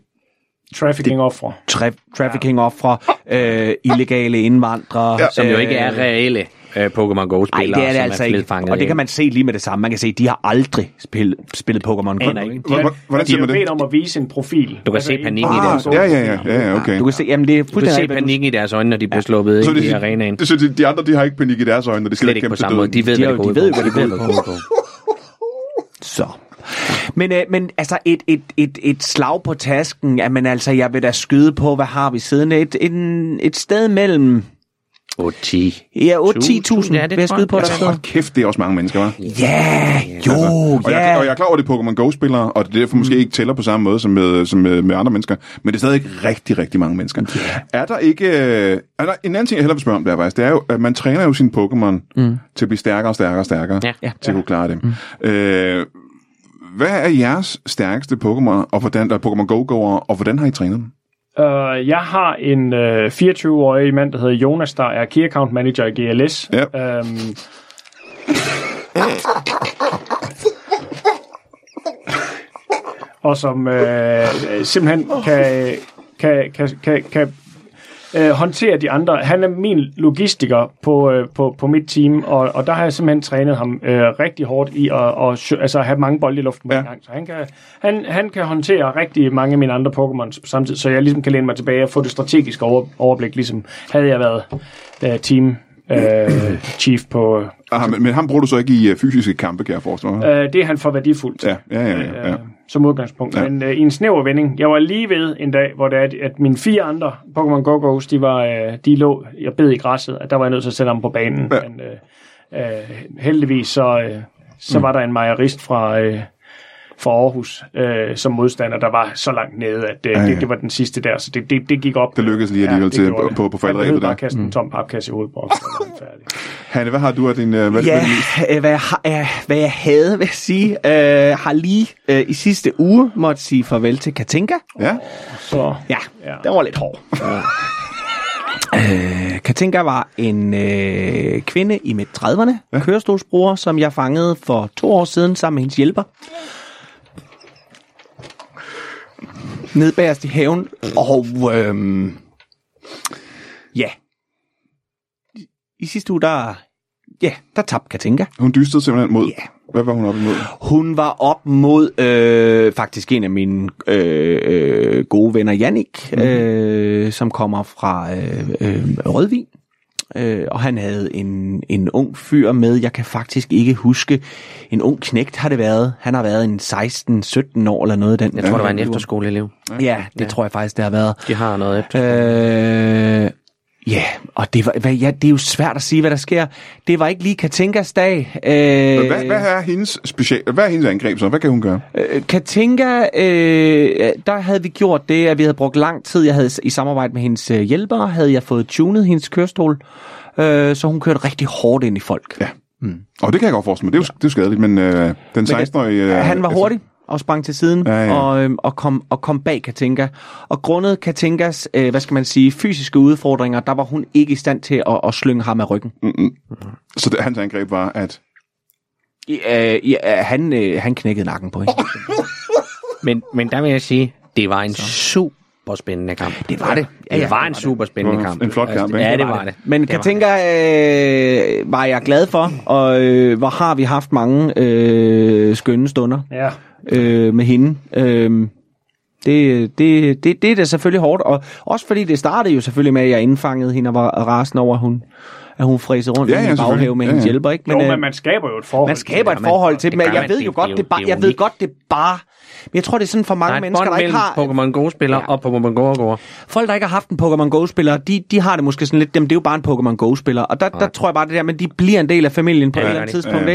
trafficking-offre. tra- trafficking-offre, øh, illegale indvandrere. Ja, Som jo ikke er reelle øh, Pokémon Nej, Go-spillere, det er det som altså er ikke. blevet fanget Og det ind. kan man se lige med det samme. Man kan se, at de har aldrig spillet, spillet Pokémon Go. Aner ikke? ikke. Hvordan- hvordan de siger er jo man det? bedt om at vise en profil. Du kan se en panikken i profil. deres Ah, ja, ja, ja, ja, ja, okay. Du kan se, jamen det Du er kan se fuldstændig rigtigt, panikken i deres øjne, når de bliver sluppet Så ind det, i arenaen. det, det, det, de andre, de har ikke panik i deres øjne, når de skal Slet ikke kæmpe på til samme måde. døden. De ved, De hvad er det jo- går ud de ved jo, på. hvad det går ud på. på. Så. Men, øh, men altså et, et, et, et slag på tasken, jamen altså, jeg vil da skyde på, hvad har vi siddende? Et, en, et sted mellem Åh, 10. ja, 8-10.000 Ja, ja, det vil jeg tror skyde jeg. på. Der Altså, sidder. hold kæft, det er også mange mennesker, hva'? Altså, Ja, jo, Og, jeg, og jeg ja. er klar over, at det er Pokémon Go-spillere, og det er derfor måske ikke tæller på samme måde som med, som med, med andre mennesker, men det er stadig rigtig, rigtig mange mennesker. Yeah. Er der ikke... øh, Er der, en anden ting, jeg hellere vil spørge om, der, faktisk, det er jo, at man træner jo sin Pokémon mm. til at blive stærkere og stærkere og stærkere, Ja. Ja. til at kunne klare det. Mm. Øh, hvad er jeres stærkeste Pokémon, og hvordan, der er Pokémon Go-go'ere, og hvordan har I trænet dem? Uh, jeg har en uh, 24-årig mand, der hedder Jonas, der er Key Account Manager i GLS. Ja. Um, øh, og som øh, simpelthen kan, kan, kan, kan, kan øh, håndterer de andre. Han er min logistiker på, øh, på, på mit team, og, og der har jeg simpelthen trænet ham øh, rigtig hårdt i at og, altså, have mange bolde i luften på ja. en gang. Så han kan, han, han kan håndtere rigtig mange af mine andre Pokémons på samme tid, så jeg ligesom kan læne mig tilbage og få det strategiske over, overblik, ligesom havde jeg været øh, team øh, chief på... Aha, Ah, men, men ham bruger du så ikke i øh, fysiske kampe, kan jeg forestille mig. Øh, det er han for værdifuldt til. Ja, ja, ja. ja, ja. øh, som udgangspunkt. Ja. Ja. Men øh, i en snæver vending, jeg var lige ved en dag, hvor det er, at- at mine fire andre Pokémon Go-Go's, de, var, øh, de lå, jeg bed i græsset, at der var jeg nødt til at sætte ham på banen. Ja. Ja. Men øh, øh, heldigvis, så, øh, så mm. var der en majorist fra, øh, fra Aarhus øh, som modstander, der var så langt nede, at øh, Ja, ja, ja. ja. Det, det var den sidste der, så det, det, det gik op. Det lykkedes lige alligevel det til- gjorde på- det. på- på Han falderæbet behøvede der. bare at kaste en tom papkasse i hovedet på os, så var han færdig. Hanne, hvad har du af din... Øh, hvad, Ja, hvad- øh, hvad jeg, har, øh, hvad jeg havde, vil jeg sige, øh, har lige øh, i sidste uge måtte sige farvel til Katinka. ja? Så Ja, ja. Ja. den var lidt hård. Øh, Katinka var en øh, kvinde i midt 30'erne, ja. kørestolsbruger, som jeg fangede for to år siden sammen med hendes hjælper. Ned bagerst i haven, og øhm, ja, I- i sidste uge, der, ja, der tabte Katinka. Hun dystede simpelthen mod... Ja. Hvad var hun oppe imod? Hun var op mod øh, faktisk en af mine øh, øh, gode venner, Jannik, mm. øh, som kommer fra øh, øh, Rødvin. Øh, og han havde en, en ung fyr med, jeg kan faktisk ikke huske, en ung knægt har det været. Han har været en 16-17 år eller noget. i Den, Jeg tror, der var en efterskoleelev. Ja, det ja. Ja. tror jeg faktisk, det har været. De har noget efter. Øh, ja, og det, var, hvad, ja, det er jo svært at sige, hvad der sker. Det var ikke lige Katinkas dag. Øh, Hvad, hvad er hendes special... Hvad er hendes angreb så? Hvad kan hun gøre? Øh, Katinka, øh, der havde vi gjort det, at vi havde brugt lang tid. Jeg havde i samarbejde med hendes øh, hjælpere, havde jeg fået tunet hendes kørestol, øh, så hun kørte rigtig hårdt ind i folk. Ja. Og det kan jeg godt forestille mig. Det er jo, det er jo skadeligt, men øh, den 16-årige... Øh, Ja, han var altså- hurtig og sprang til siden Ja, ja, ja. ja. Og, øhm, og, kom, og kom bag Katinka. Og grundet Katinkas, øh, hvad skal man sige, fysiske udfordringer, der var hun ikke i stand til at, at slynge ham af ryggen. Så det, hans angreb var, at... I, øh, i, øh, han, øh, han knækkede nakken på hende. Men, men der vil jeg sige, det var en super spændende kamp. Det var det. Ja, det var en super spændende Det var kamp. Mm, en flot kamp, ikke? Ja, det var det. Men det var Katinka øh, var jeg glad for, og øh, hvor har vi haft mange øh, skønne stunder Ja. øh, med hende. Øh, det, det, det, det er da selvfølgelig hårdt, og også fordi det startede jo selvfølgelig med, at jeg indfangede hende og var rasende over, at hun, at hun fræsede rundt Ja, i ja, min selvfølgelig. baghave med Ja, ja, hendes ja. hjælper. Ikke? Men, jo, øh, men man skaber jo et forhold. man skaber et gør man. forhold Det til dem, men gør jeg man. ved Det- jo det er godt, jo- det, det er bare, jo jeg ved unikt. godt, det bare... men Jeg tror, det er sådan for mange Der er et mennesker, bånd der ikke mellem har... Pokémon Go-spiller og Pokémon Go-gårder. Folk, der ikke har haft en Pokémon Go-spiller, de, de har det måske sådan lidt, dem, det er jo bare en Pokémon Go-spiller. Og der, der tror jeg bare det der, men de bliver en del af familien på ja, et eller andet gør de. tidspunkt,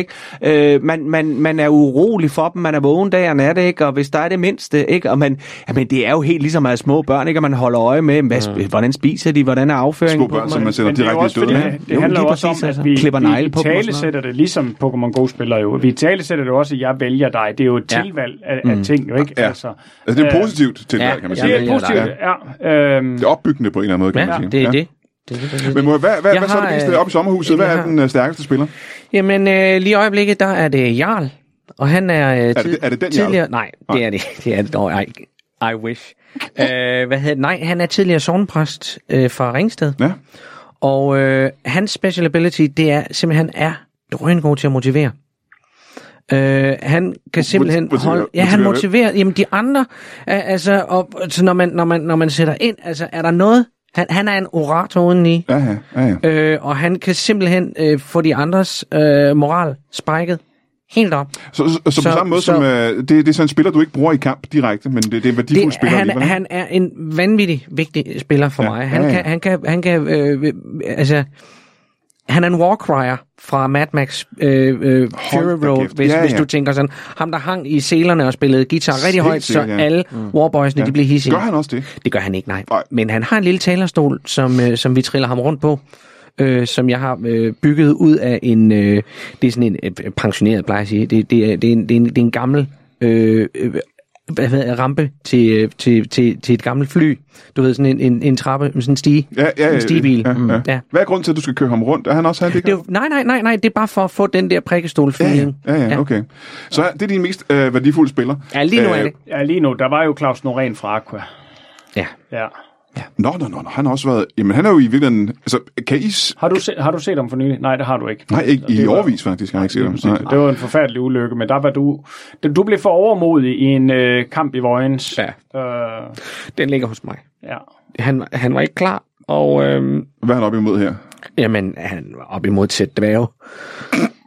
ja. ikke? Øh, man, man, man er urolig for dem, man er vågen dag og nat, ikke? Og hvis der er det mindste, ikke? Og man, jamen, det er jo helt ligesom at have små børn, ikke? Og man holder øje med, hvad, Mm. sp- hvordan spiser de, hvordan er Små afføringen børn, dem, som man sender Men det er jo direkte i også, stødet. fordi, ikke? det, Jo, det handler lige jo også om, præcis, altså. at vi, Klipper negle vi på dem og sådan noget. talesætter det, ligesom Pokémon Go-spillere jo. Vi talesætter det også, at jeg vælger dig. Det er jo et Ja. tilvalg af, af ting, jo ikke? Mm. Ja. Altså, Altså, det er øh, positivt til ja, Mm. ja, kan man ja. sige. Det er vælger positivt, ja. Øhm, Det er opbyggende på en eller anden måde, kan Ja, man sige. det er det. Det er det, det. er Men det. må, jeg- hvad, hvad, Jeg hvad så er det har, meste øh, op i sommerhuset? Hvad jeg er har- den øh, stærkeste spiller? Jamen, øh, lige i øjeblikket, der er det Jarl, og han er... Øh, det- er det den Jarl? tidligere, Nej, Nej. det er det. Det er det. Oh, I, I wish. øh, hvad hedder det? Nej, han er tidligere sovnpræst øh, fra Ringsted. Ja. Og øh, hans special ability, det er simpelthen, han er drøngod til at motivere. Øh, han kan simpelthen motiverer- holde... Ja, han motiverer hvem? motiverer... Jamen, de andre... Er, altså, og, så når, man, når, man, når man sætter ind, altså, er der noget... Han, han er en orator udeni. Ja, ja, ja, ja. Øh, og han kan simpelthen øh, få de andres øh, moral sprækket helt op. Så, så, så, på Så- samme måde så- som... Øh, det, det er sådan en spiller, du ikke bruger i kamp direkte, men det, det er en værdifuld Det, spiller han, alligevel. han er en vanvittig vigtig spiller for Ja, ja, mig. Han ja, ja, ja. ja. kan, han kan, han kan øh, øh, altså, han er en warcrier fra Mad Max øh, øh, Fury da Road, kæft. hvis, Ja, ja, ja. hvis du tænker sådan. Ham, der hang i selerne og spillede guitar rigtig Helt højt, så sikkert, ja. Mm. alle warboysene, de blev hissige. Gør han også det? Det gør han ikke, nej. Nej. Men han har en lille talerstol, som, øh, som vi triller ham rundt på, øh, som jeg har øh, bygget ud af en... Øh, det er sådan en øh, pensioneret, plejer jeg at sige. Det, det, er, det, er, en, det, er, en, det er en gammel... Øh, øh, hvad hedder det, rampe til, øh, til, til, til et gammelt fly. Du ved, sådan en, en, en trappe, sådan en stige. Ja, ja, ja. en stigebil. Ja, ja. ja. Hvad er grunden til, at du skal køre ham rundt? Er han også Det er handicap? jo, nej, nej, nej, nej, det er bare for at få den der prikkestol Ja, feeling. ja, ja, ja, okay. Så det er din mest øh, værdifulde spiller. Øh, Øh, Ja, lige nu er det. ja, lige nu, der var jo Claus Norén fra Aqua. Ja. Ja. Nå, nå, nå, nå, han har også været... Jamen, han er jo i virkeligheden... Altså, kan I... s- Har du, se, har du set ham for nylig? Nej, det har du ikke. Nej, ikke Og i det var- årvis faktisk, har jeg ikke set ham. Præcis. Nej. Det var en forfærdelig ulykke, men der var du... Du blev for overmodig i en øh, kamp i Vojens. Ja, Øh, den ligger hos mig. ja. Han, han var ikke klar, og øhm, Hvad er han oppe imod her? jamen, han var op imod et sæt dværge,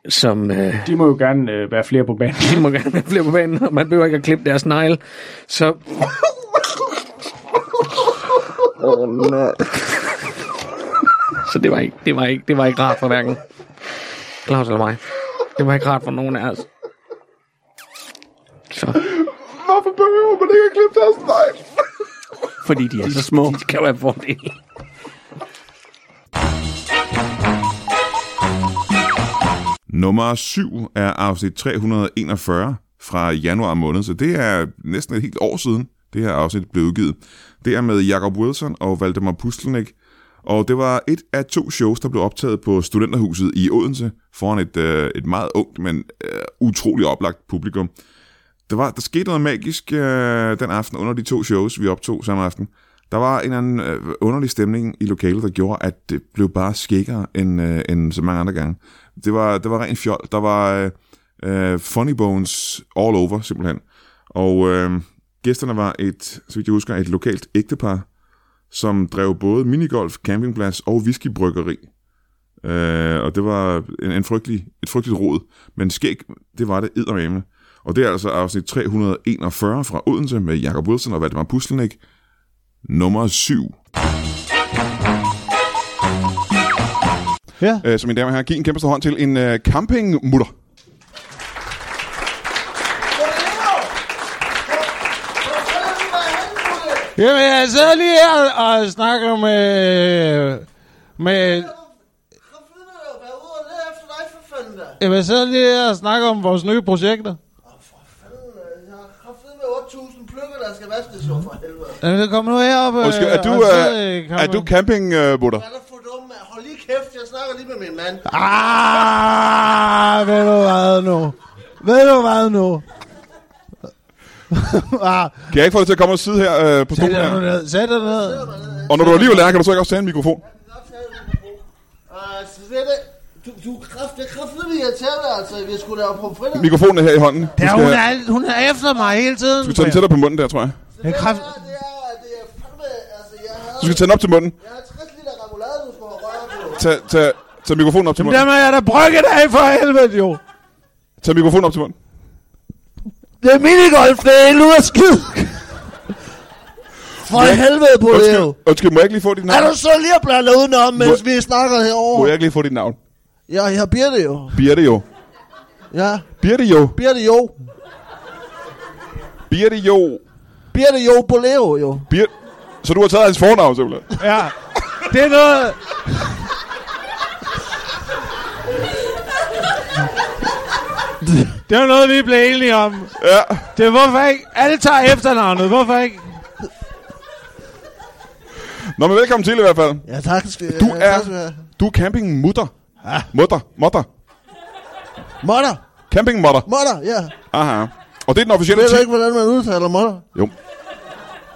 som øh, De må jo gerne øh, være flere på banen. de må gerne være flere på banen, og man behøver ikke at klippe deres negle. Så... oh, no. Så det var, ikke, det, var ikke, det var ikke rart for hverken Claus eller mig. Det var ikke rart for nogen af os. Så Hvorfor behøver man ikke at klippe deres nej? fordi de er så små. det kan være en fordel. Nummer 7 er afsnit 341 fra januar måned, så det er næsten et helt år siden, det her afsnit blev udgivet. Det er med Jacob Wilson og Valdemar Pustelnik, og det var et af to shows, der blev optaget på Studenterhuset i Odense, foran et, øh, et meget ungt, men øh, utrolig oplagt publikum. Der, var, der skete noget magisk øh, den aften under de to shows, vi optog samme aften. Der var en eller anden øh, underlig stemning i lokalet, der gjorde, at det blev bare skækkere end, øh, end så mange andre gange. Det var, det var ren fjol. Der var øh, øh, funny bones all over, simpelthen. Og øh, gæsterne var et, så vidt jeg husker, et lokalt ægtepar, som drev både minigolf, campingplads og whiskybryggeri. Øh, og det var en, en frygtelig, et frygteligt råd. Men skæg, det var det eddermame. Og det er altså afsnit 341 fra Odense med Jakob Wilson og Valdemar Puslenik. Nummer 7. Øh, så mine damer og herrer, giv en kæmpe stor hånd til en øh, campingmutter. Jamen, jeg sad lige her og snakker med... med Jamen, jeg sad lige her og snakker om vores nye projekter. Jamen, så kom nu herop. øh, Undskyld, er du, og sidde i øh, er kampen. du campingmutter? Hold lige kæft, jeg snakker lige med min mand. Ah, ved du hvad nu? Ved du hvad nu? ah, Kan jeg ikke få dig til at komme og sidde her øh, på sæt stolen dig nu her? ned. Sæt dig ned. Og når du alligevel er, her, kan du så ikke også tage en mikrofon? Uh, så det er det. Du, du er kraft, det er kraftedeme irriterende, altså. Vi skulle lave pomfritter. Mikrofonen er her i hånden. Du Ja, skal, hun, er, hun er efter mig hele tiden. du skal tage den tættere på munden der, tror jeg. Det er kraft... Du skal tage den op til munden. altså, Jeg har 60 liter remoulade, du skal have rørt på. Tag, tag, tag mikrofonen op til Jamen, munden. der må jeg da brygge dig for helvede, jo. Tag mikrofonen op til munden. Det er minigolf, det er en ud af skid. For helvede, Undskyld, Bolero. undskyld, må jeg ikke lige få dit Er navn? du så lige at blande udenom, mens Må- vi snakker Må jeg herovre? ikke lige få dit navn? Ja, jeg bliver det jo. Birte jo. Ja, Birte jo. bliver det jo. Birte jo. Bliver det jo, Bolero, jo. Birte. Så du har taget hans fornavn, simpelthen? Ja. Det er noget... Det var noget, vi blev enige om. Ja. Det er hvorfor ikke... Alle tager efternavnet. Hvorfor ikke? Nå, men velkommen til i hvert fald. Ja, tak. skal- Du ja, er- tak skal have. Du er campingmutter. Mutter. Mutter. Modder. Campingmutter. Modder, ja. Aha. Og det er den officielle Ved du titel. ikke, hvordan man udtaler modder? Jo.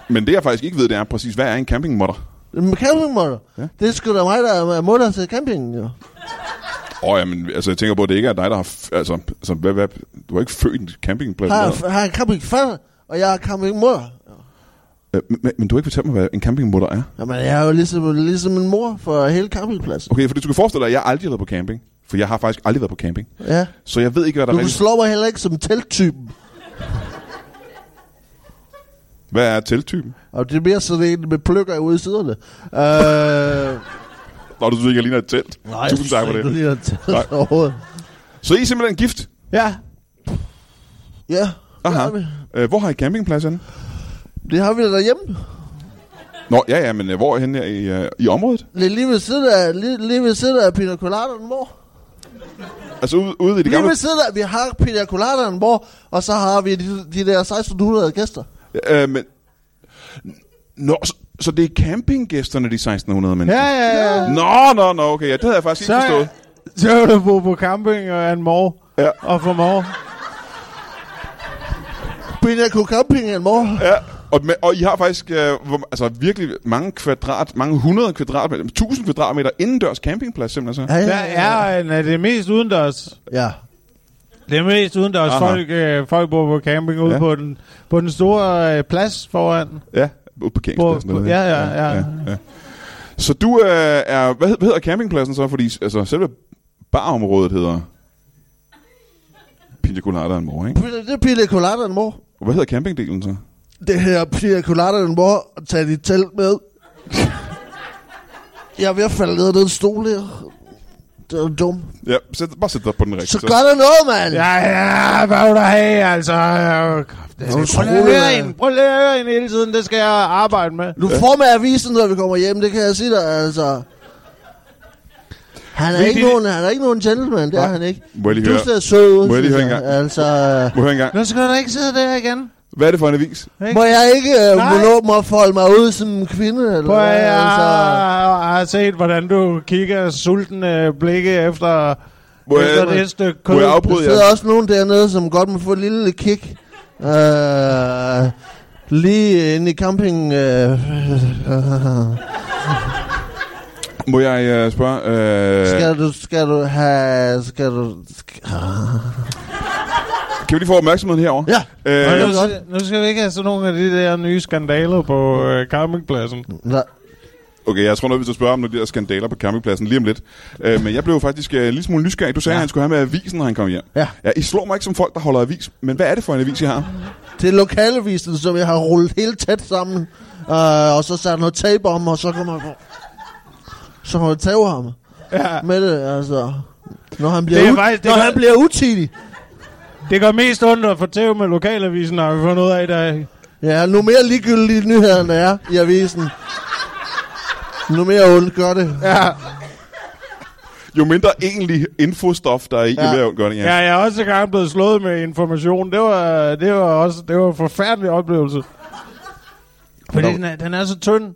Men det jeg faktisk ikke ved, det er præcis, hvad er en campingmutter? Men Campingmodder. Det er sgu da mig, der er modder til campingen, jo. Åh, oh, jamen, altså, jeg tænker på, at det ikke er dig, der har... F- altså, altså hvad, hvad, du har ikke født en campingplads. Har Har... jeg- Har jeg campingfatter, og jeg er campingmodder. Øh, Men, men, du har ikke fortalt mig, hvad en campingmutter er. Jamen, jeg er jo ligesom, ligesom min mor for hele campingpladsen. Okay, fordi du kan forestille dig, at jeg aldrig har været på camping. For jeg har faktisk aldrig været på camping. Ja. Så jeg ved ikke, hvad der Du er rigtig... slår mig heller ikke som telttypen. Hvad er telttypen? Og det er mere sådan en med pløkker ude i siderne. Øh, Nå, du synes ikke, jeg ligner et telt. nej, Tusind tak for Du det. ligner en Nej. telt overhovedet. Så I er simpelthen gift. Ja. Ja, det Aha. har vi. Øh, hvor har I campingplads henne? Det har vi da derhjemme. Nå, ja, ja, men øh, hvor er I henne her i, øh, i området? Det er lige ved siden af, lige, lige ved siden af Pina Colada'en, mor. Altså ude, ude i det Lige gamle... ved siden af, vi har Pina Colada'en, mor, og så har vi de, de der 1600 gæster. Øh, men... Nå, så, så det er campinggæsterne, de 1600 mennesker? Ja, ja, ja. Nå, nå, nå, okay, ja, det havde jeg faktisk Så, ikke forstået. så vil du bo på camping og en mor. Ja. Og for mor. Pina Camping, mor. Ja, Og, med, og I har faktisk øh, hvor, altså, virkelig mange kvadrat, mange hundrede kvadratmeter, tusind kvadratmeter indendørs campingplads simpelthen så. Ja, ja, ja. Der er øh, det mest udendørs. Ja. Det er mest udendørs. Aha. Folk, øh, folk bor på camping ude Ja. ja. på, den, på den store øh, plads foran. Ja, ude på parkeringspladsen. Hvor- eller ja, hvad ja, det hedder. ja. ja. Så du øh, er, hvad, hed- hvad hedder campingpladsen så? Fordi altså, selve barområdet hedder Pina Colada en mor, ikke? Det er pina colada, mor. Og hvad hedder campingdelen så? Det her pina colada, mor. Tag dit telt med. Jeg er ved at falde ned af den stol her. Det er jo dumt. Ja, sæt, bare sæt dig op på den rigtige. Så gør der noget, mand! Ja, ja, hvad vil du have, altså? Øh, kræft, altså, Prøv lige at høre hende. Prøv lige at høre hende hele tiden. Det skal jeg arbejde med. Du får med avisen, når vi kommer hjem, det kan jeg sige dig, altså. Han er, Men ikke det- nogen, han er ikke nogen gentleman, det er han ikke. Må jeg lige du høre- ser sød ud, Må jeg lige synes høre en gang? Altså, Må jeg høre en gang? Nu skal du ikke sidde der igen. Hvad er det for en avis? Må jeg ikke øh, Nej. må mig at folde mig ud som en kvinde? Eller Prøv hvad, at jeg altså? har set, hvordan du kigger sultne blikke efter, Må jeg- efter det stykke må jeg afbryde Der sidder også nogen dernede, som godt må få et lille kick. Øh, lige inde i camping... Øh, Må jeg øh, spørge? Øh, skal du, skal du have... Skal du... Kan vi lige få opmærksomheden herover? Ja. Øh, nu, skal, nu skal vi ikke have sådan nogle af de der nye skandaler på øh, campingpladsen. Nej. Okay, jeg tror nok, vi skal spørge om nogle af de der skandaler på campingpladsen lige om lidt. Øh, men jeg blev faktisk øh, en lille smule nysgerrig. Du sagde, ja. at han skulle have med avisen, når han kom hjem. Ja. ja. I slår mig ikke som folk, der holder avis. Men hvad er det for en avis, I har? Det er lokalavisen, som jeg har rullet helt tæt sammen. Øh, og så sat noget tape om, og så kan man... Så kan man tage ham. Ja. Med det, altså... Når han Det bliver, er ud, faktisk- det når er- han bliver utidig. Det går mest ondt at få tæv med lokalavisen, har vi fundet ud af i dag. Ja, nu mere ligegyldige nyhederne er i avisen. Nu mere ondt gør det. Ja. Jo mindre egentlig infostof, der er i, ja. Ja. jo mere ondt gør det. Ja, Ja. jeg er også engang blevet slået med information. Det var, det var også det var en forfærdelig oplevelse. Fordi den er, den er så tynd.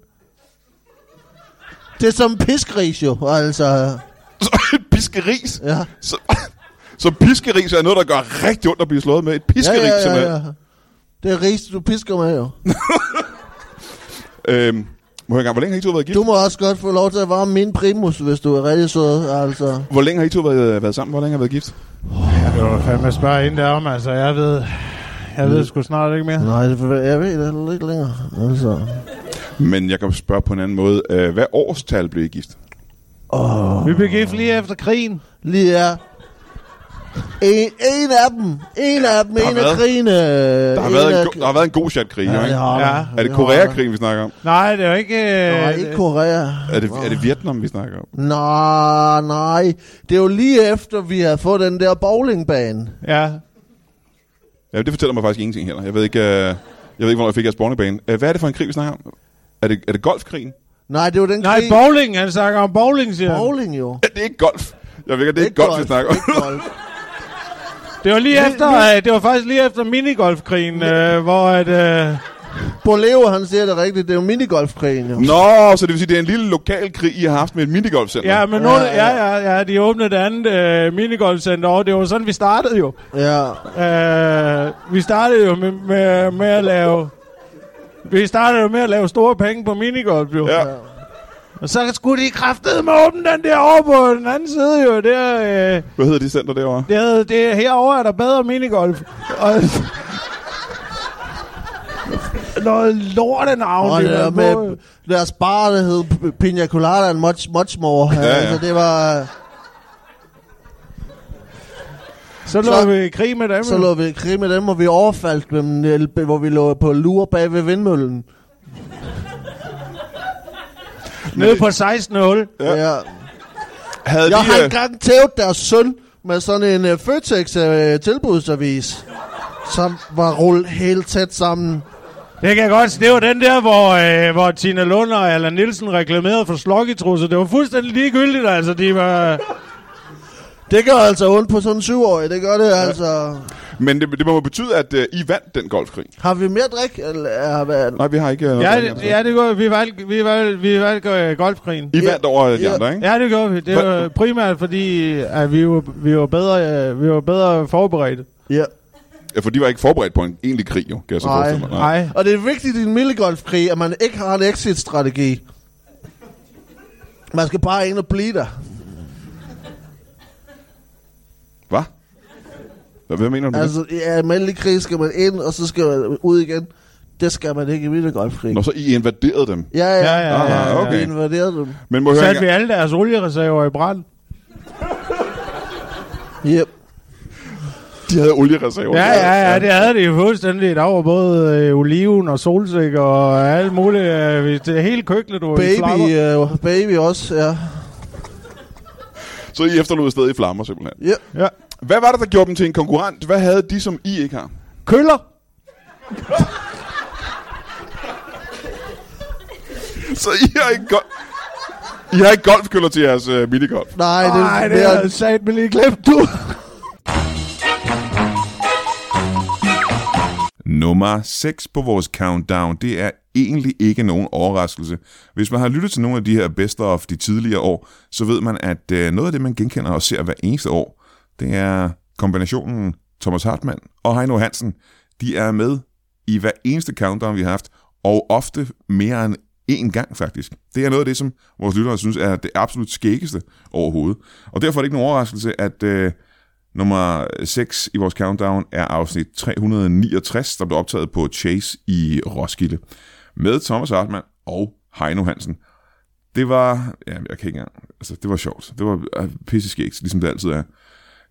Det er som en piskris jo, altså. Et piskeris. Ja. Så, så piskeris er noget, der gør rigtig ondt at blive slået med. Et piskeris, ja, ja, ja, simpelthen. ja. Det er ris, du pisker med jo. Øhm, må jeg høre en gang, hvor længe har I to været gift? Du må også godt få lov til at varme min primus, hvis du er rigtig sød, altså. Hvor længe har I to været, været sammen? Hvor længe har I været gift? Det var fandme spørge hende derom, altså. Jeg ved, jeg ved sgu snart ikke mere. Mm. Nej, det for, jeg ved det heller ikke længere. Altså. Men jeg kan spørge på en anden måde. Øh, hvad årstal blev I gift? Øh, Vi blev gift lige efter krigen. Lige er... En, en af dem, en af dem, der har en af været- krigene. Der har, været en, go- der har været en god chat krig, Ja, jo, det ikke? har Ja. der. Er det har der. Koreakrigen, vi snakker om? Nej, det var ikke... Øh, Nej, ikke Korea. Er det, Ah. er det Vietnam, vi snakker om? Nej, nej. Det er jo lige efter, vi har fået den der bowlingbane. Ja. Ja, det fortæller mig faktisk ingenting heller. Jeg ved ikke, øh, jeg ved ikke hvornår jeg fik jeres bornebane. Øh, hvad er det for en krig, vi snakker om? Er det, er det golfkrigen? Nej, det var den Nej, krig. bowling. Han snakker om bowling, siger han. bowling jo. Ja, det er ikke golf. Jeg ved ikke, det er ikke golf, vi snakker om. Ikke golf. Det var lige efter... Øh, det var faktisk lige efter minigolfkrigen, øh, hvor at... Øh, Boleo, han siger det rigtigt. Det er jo minigolfkrigen, jo. Nå, så det vil sige, det er en lille lokal krig, I har haft med et minigolfcenter. ja, men nu... Ja, ja, ja. De åbnede det andet øh, minigolfcenter, og det var sådan, vi startede jo. Ja. Øh, vi startede jo med, med, med at lave... Vi startede jo med at lave store penge på minigolf, jo. Ja. Og så skulle de kraftede med åbne den der over på den anden side, jo. Der, øh, Hvad hedder det center derovre? der, der, herovre er der bedre minigolf. Og, noget lort af navn. Og det det der der på. med deres bar, der hed P- Pina Colada and much, much more. Ja, ja. ja. Altså, det var... Så lå Så- vi i krig med dem. Så lå vi i krig med dem, hvor vi overfaldt dem, øh, hvor vi lå på lure bag ved vindmøllen. nede på 16-0. Ja. ja. Havde Jeg de, har øh, engang tævet deres søn med sådan en uh, Føtex-tilbudsavis, som var rullet helt tæt sammen. Det kan jeg godt se. Det var den der, hvor, øh, hvor Tina Lund og Allan Nielsen reklamerede for slokketrusser. Det var fuldstændig ligegyldigt, altså. De var... Det gør altså ondt på sådan en syvårig, det gør det altså. men det, det må betyde, at øh, I vandt den golfkrig. Har vi mere drik? Eller, er, hvad? Nej, vi har ikke... øh, noget Ja, drik, det, altså. ja, det gjorde vi. Vi valgte, vi valgte, vi valgte øh, golfkrigen. I vandt over de Ja. andre, ikke? Ja, det gjorde vi. Det Hvad- var primært fordi, at vi var, vi var, bedre, øh, vi var bedre forberedt. Ja. Ja, for de var ikke forberedt på en egentlig krig, jo, kan jeg så forestille mig. nej. Og det er vigtigt i en milligolfkrig, at man ikke har en exit-strategi. Man skal bare ind og blive der. Hvad? Hvad, hvad mener du med Altså, i almindelig krig skal man ind, og så skal man ud igen. Det skal man ikke i det? minigolfkrig. Når så I invaderede dem? Ja, ja. ja, ja, ja, ja. Vi invaderede dem. Ah, Men må jeg høre Satte vi engang- alle deres oliereserver i brand? Yep. De havde oliereserver. Ja, ja, ja, det havde de jo fuldstændig. Der var både øh, oliven og solsik og alt muligt. Øh, hvis det er hele køkkenet, du Baby, øh, baby også, ja. Så I efterlod stedet i flammer, simpelthen. Ja. ja. Hvad var det, der gjorde dem til en konkurrent? Hvad havde de, som I ikke har? Køller! Så I har ikke, go- I har ikke golfkøller til jeres øh, minigolf? Nej, det, Ej, det mere- havde jeg satme lige glemt, du. Nummer 6 på vores countdown, det er egentlig ikke nogen overraskelse. Hvis man har lyttet til nogle af de her best of de tidligere år, så ved man, at øh, noget af det, man genkender og ser hver eneste år, det er kombinationen Thomas Hartmann og Heino Hansen. De er med i hver eneste countdown, vi har haft, og ofte mere end én gang faktisk. Det er noget af det, som vores lyttere synes er det absolut skæggeste overhovedet. Og derfor er det ikke nogen overraskelse, at øh, Nummer 6 i vores countdown er afsnit 369, der blev optaget på Chase i Roskilde. Med Thomas Hartmann og Heino Hansen. Det var, ja, jeg kan ikke engang, altså det var sjovt. Det var øh, pisseskægt, ligesom det altid er.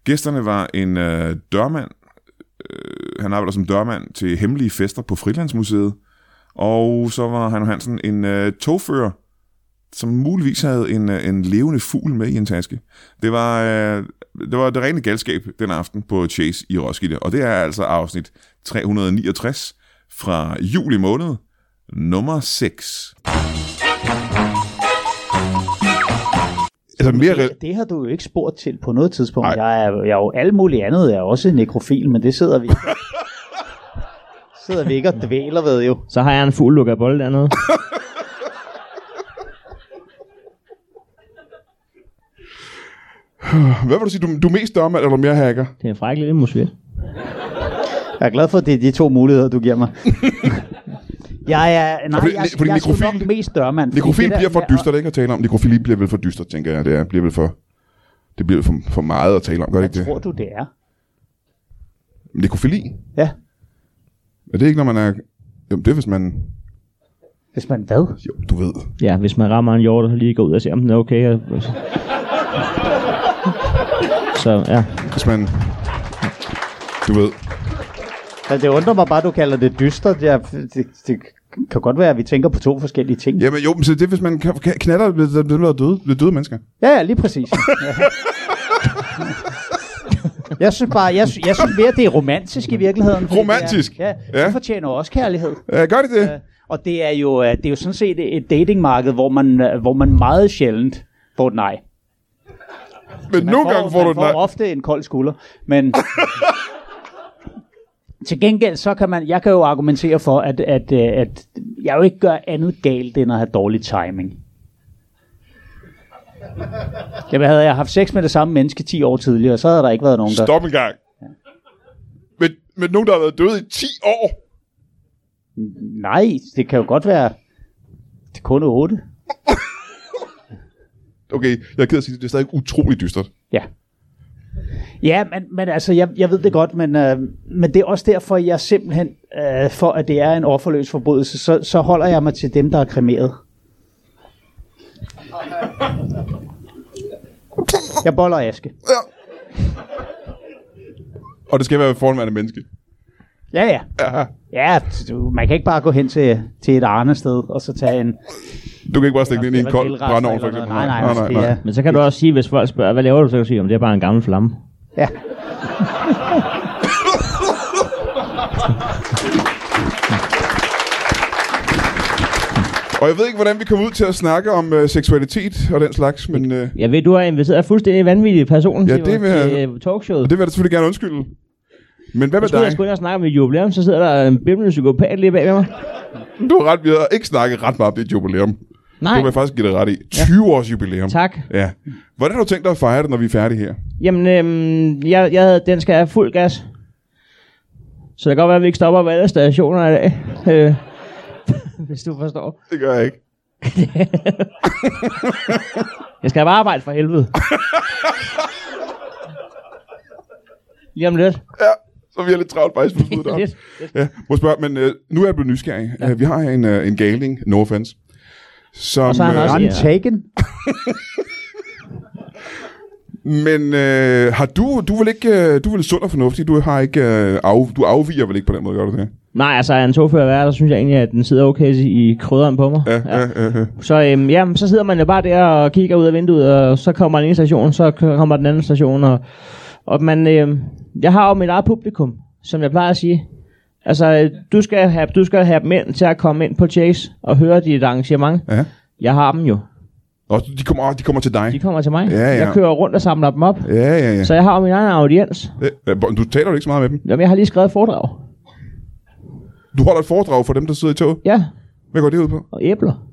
Gæsterne var en øh, dørmand, øh, han arbejder som dørmand til hemmelige fester på Frilandsmuseet. Og så var Heino Hansen en øh, togfører, som muligvis havde en, øh, en levende fugl med i en taske. Det var, øh, det var det rene galskab den aften på Chase i Roskilde, og det er altså afsnit 369 fra juli måned, nummer 6. Altså mere... det, det har du jo ikke spurgt til på noget tidspunkt. Jeg er, jeg er jo alt muligt andet. Jeg er også nekrofil, men det sidder vi sidder vi ikke og dvæler ved jo. Så har jeg en fugl, lukker bold dernede. Hvad vil du sige, du, du er mest dørmand eller mere hacker? Det er en fræk lille musvit. Jeg er glad for, at det er de to muligheder, du giver mig. Jeg er, nej, Fordi- jeg, fordi jeg er sgu nekrofil- nok mest dørmand. fordi Nekrofil det der bliver for med at- dystert ikke at tale om. Nekrofili bliver vel for dystert, tænker jeg. Det er, bliver vel for, det bliver for, for meget at tale om, gør det ikke det? Tror du, det er? Nekrofili? Ja. Er det ikke, når man er... Jo, det er, hvis man... Hvis man hvad? Jo, du ved. Ja, hvis man rammer en hjort, og lige går ud og ser, om den er okay. Og... Så ja. Hvis man... Du ved. Altså, det undrer mig bare, du kalder det dystert. Jeg, det, det kan godt være, at vi tænker på to forskellige ting. Jamen jo, men så det er, hvis man kan- kan- knatter ved ved- ved- ved døde, ved døde mennesker. Ja, ja, lige præcis. Ja. Jeg synes bare, jeg, sy- jeg synes mere, det er romantisk i virkeligheden. fordi Romantisk? Det er, ja, Ja. det fortjener også kærlighed. Øh, Ja, Øh, gør det det? Og det er jo, øh, det er jo sådan set et datingmarked, hvor man, øh, hvor man meget sjældent får et nej. Men man nogle gange får du man et får nej. ofte en kold skulder, men... Til gengæld, så kan man, jeg kan jo argumentere for, at, at, øh, at jeg jo ikke gør andet galt, end at have dårlig timing. Jamen, havde jeg haft sex med det samme menneske 10 år tidligere, så havde der ikke været nogen, der... Stop en gang. Men, men nogen, der har været døde i 10 år. Nej, det kan jo godt være... Det er kun 8. Okay, jeg er ked af at sige det, det er stadig utrolig dystert. Ja. Ja, men, men altså, jeg, jeg ved det godt, men, øh, men det er også derfor, jeg simpelthen, øh, for at det er en offerløs forbrydelse, så, så holder jeg mig til dem, der er kremeret. Jeg boller aske. Og det skal være foranværende menneske. Ja, ja. Ja, du, man kan ikke bare gå hen til, til et arne sted, og så tage en... Du kan ikke bare stikke den ind i en Eller kold grillrester brændeovn, for eller eksempel. noget. Nej, nej, altså, det er- Men så kan du også sige, hvis folk spørger, hvad laver du, så kan du sige, om det er bare en gammel flamme. Ja. Og jeg ved ikke, hvordan vi kom ud til at snakke om øh, seksualitet og den slags, men... Øh, Jeg ved, du har inviteret fuldstændig vanvittige personer Ja, Simon, det vil jeg- til øh, talkshowet. det vil jeg da selvfølgelig gerne undskylde. Men hvad med Skulle jeg dig? skulle ind og snakke om et jubilæum, så sidder der en bimlende psykopat lige bag ved mig. Du har ret, vi har ikke snakket ret meget om dit jubilæum. Nej. Du vil jeg faktisk give dig ret i. 20 års jubilæum. Tak. Ja. Hvordan har du tænkt dig at fejre det, når vi er færdige her? Jamen, øhm, jeg, jeg havde, den skal have fuld gas. Så det kan godt være, at vi ikke stopper ved alle stationer i dag. Øh, hvis du forstår. Det gør jeg ikke. Jeg skal bare arbejde for helvede. Lige om lidt. Ja, så vi er lidt travlt faktisk på smidt op. ja, må jeg spørge, men øh, nu er jeg blevet nysgerrig. Ja. vi har her en, øh, en galing, no offense. Som, Og så er han øh, også taken. Men øh, har du, du vil ikke, øh, du vil sund og fornuftig, du har ikke, øh, af, du afviger vel ikke på den måde, gør du det? Nej, altså er en togfører værd, så synes jeg egentlig, at den sidder okay i krydderen på mig. Ja, ja, ja. ja. Så, øhm, ja, så sidder man jo bare der og kigger ud af vinduet, og så kommer den ene station, så k- kommer den anden station. Og, og man, øhm, jeg har jo mit eget publikum, som jeg plejer at sige. Altså, øh, du skal have, du skal have dem ind til at komme ind på Chase og høre dit arrangement. Ja. Jeg har dem jo. Og de kommer, de kommer til dig? De kommer til mig. Ja, ja. Jeg kører rundt og samler dem op. Ja, ja, ja. Så jeg har jo min egen audiens. Øh, øh, Du taler jo ikke så meget med dem. Jamen, jeg har lige skrevet et foredrag. Du holder et foredrag for dem, der sidder i toget? Ja. Hvad går det ud på? Og æbler.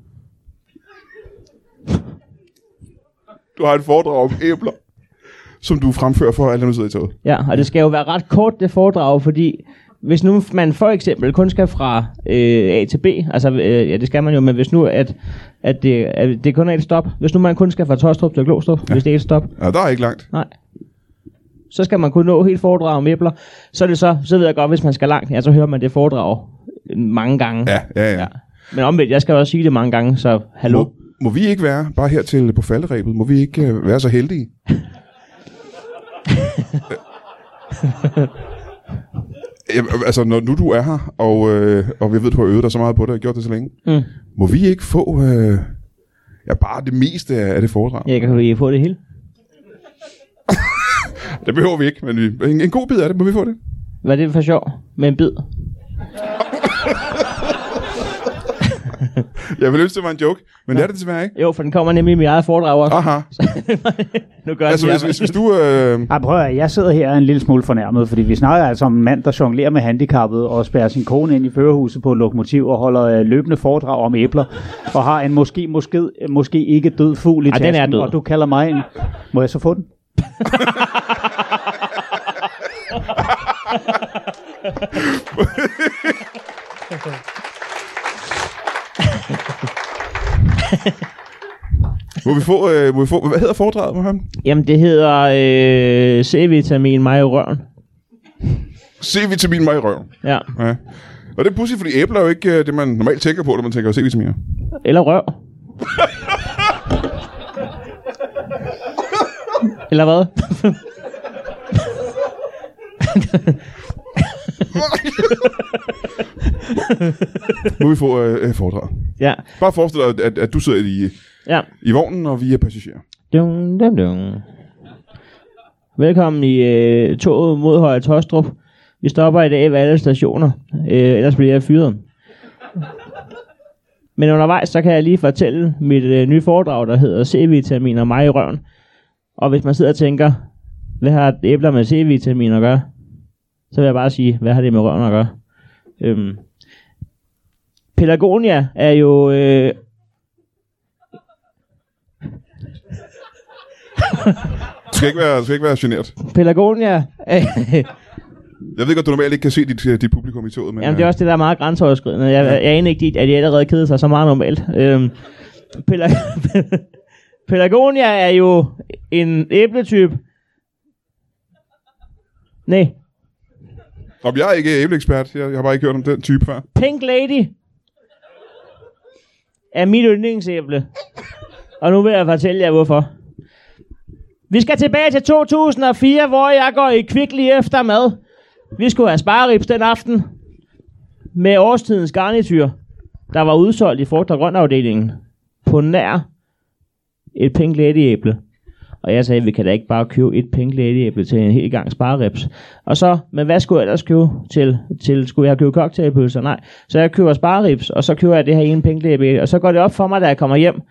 Du har et foredrag om æbler, som du fremfører for alle, der sidder i toget. Ja, og det skal jo være ret kort, det foredrag, fordi hvis nu man for eksempel kun skal fra øh, A til B, altså øh, ja, det skal man jo, men hvis nu at, at, det, at det kun er et stop, hvis nu man kun skal fra Tostrup til Glostrup, ja. hvis det er et stop, Ja, der er ikke langt. nej, så skal man kunne nå helt foredrag om æbler, så er det så, så ved jeg godt, hvis man skal langt, ja, så hører man det foredrag mange gange. Ja, ja, ja. ja. Men omvendt, jeg skal jo også sige det mange gange, så hallo. Må, må vi ikke være, bare her til på falderæbet, må vi ikke øh, være så heldige? Jamen, altså, når nu du er her, og, øh, og jeg ved, du har øvet dig så meget på det, og gjort det så længe, Mm. må vi ikke få øh, ja, bare det meste af af det foredrag? Jeg kan jo få det hele. Det behøver vi ikke, men vi, en, en god bid af det, må vi få det? Var det for sjov med en bid? Jeg vil ønske, det var en joke, men det er det desværre ikke. Jo, for den kommer nemlig i mit eget foredrag også. Aha. nu gør Altså, den, hvis, hvis, hvis du... Øh... Ej, prøv at, høre, jeg sidder her en lille smule fornærmet, fordi vi snakker altså om en mand, der jonglerer med handicappet og spærrer sin kone ind i førerhuset på et lokomotiv og holder øh, løbende foredrag om æbler og har en måske, måske, måske ikke død fugl i Ej, den er tasken, død. og du kalder mig en... Må jeg så få den? Må vi få, øh, må vi få hvad hedder foredraget, Mohammed? Jamen, det hedder øh, C-vitamin mig i røven. C-vitamin mig i røven. Ja. ja. Og det er pudsigt, fordi æbler er jo ikke øh, det, man normalt tænker på, når man tænker C-vitaminer. Eller røv. Eller hvad? Må vi få øh, øh, foredraget? Ja. Bare forestil dig, at, at du sidder i, ja. i vognen, og vi er passagerer. Dun, dun, dun. Velkommen i øh, toget mod Høje Tostrup. Vi stopper i dag ved alle stationer, øh, ellers bliver jeg fyret. Men undervejs, så kan jeg lige fortælle mit øh, nye foredrag, der hedder C-vitamin og mig i røven. Og hvis man sidder og tænker, hvad har æbler med C-vitamin at gøre? Så vil jeg bare sige, hvad har det med røven at gøre? Øhm, Pelagonia er jo øh, Du skal ikke være, du skal ikke være generet. Pelagonia. Jeg ved godt, du normalt ikke kan se dit, øh, dit publikum i toget, men... Jamen, det er øh, også det, der er meget grænseoverskridende. Jeg, jeg aner ikke, dit, at de allerede keder sig så meget normalt. Øhm, Pelag- Pelagonia er jo en æbletype. Nej, Om jeg er ikke æbleekspert, jeg, jeg har bare ikke hørt om den type før. Pink Lady er mit yndlingsæble. Og nu vil jeg fortælle jer, hvorfor. Vi skal tilbage til 2004, hvor jeg går i kvickly efter mad. Vi skulle have spareribs den aften. Med årstidens garnityr, der var udsolgt i frugt- og grøntafdelingen. På nær et pink lady æble. Og jeg sagde, vi kan da ikke bare købe et pink lady æble til en hel gang spareribs. Og så, men hvad skulle jeg ellers købe til? til skulle jeg have købt cocktailpølser? Nej. Så jeg køber spareribs, og så køber jeg det her ene pink lady æble. Og så går det op for mig, da jeg kommer hjem,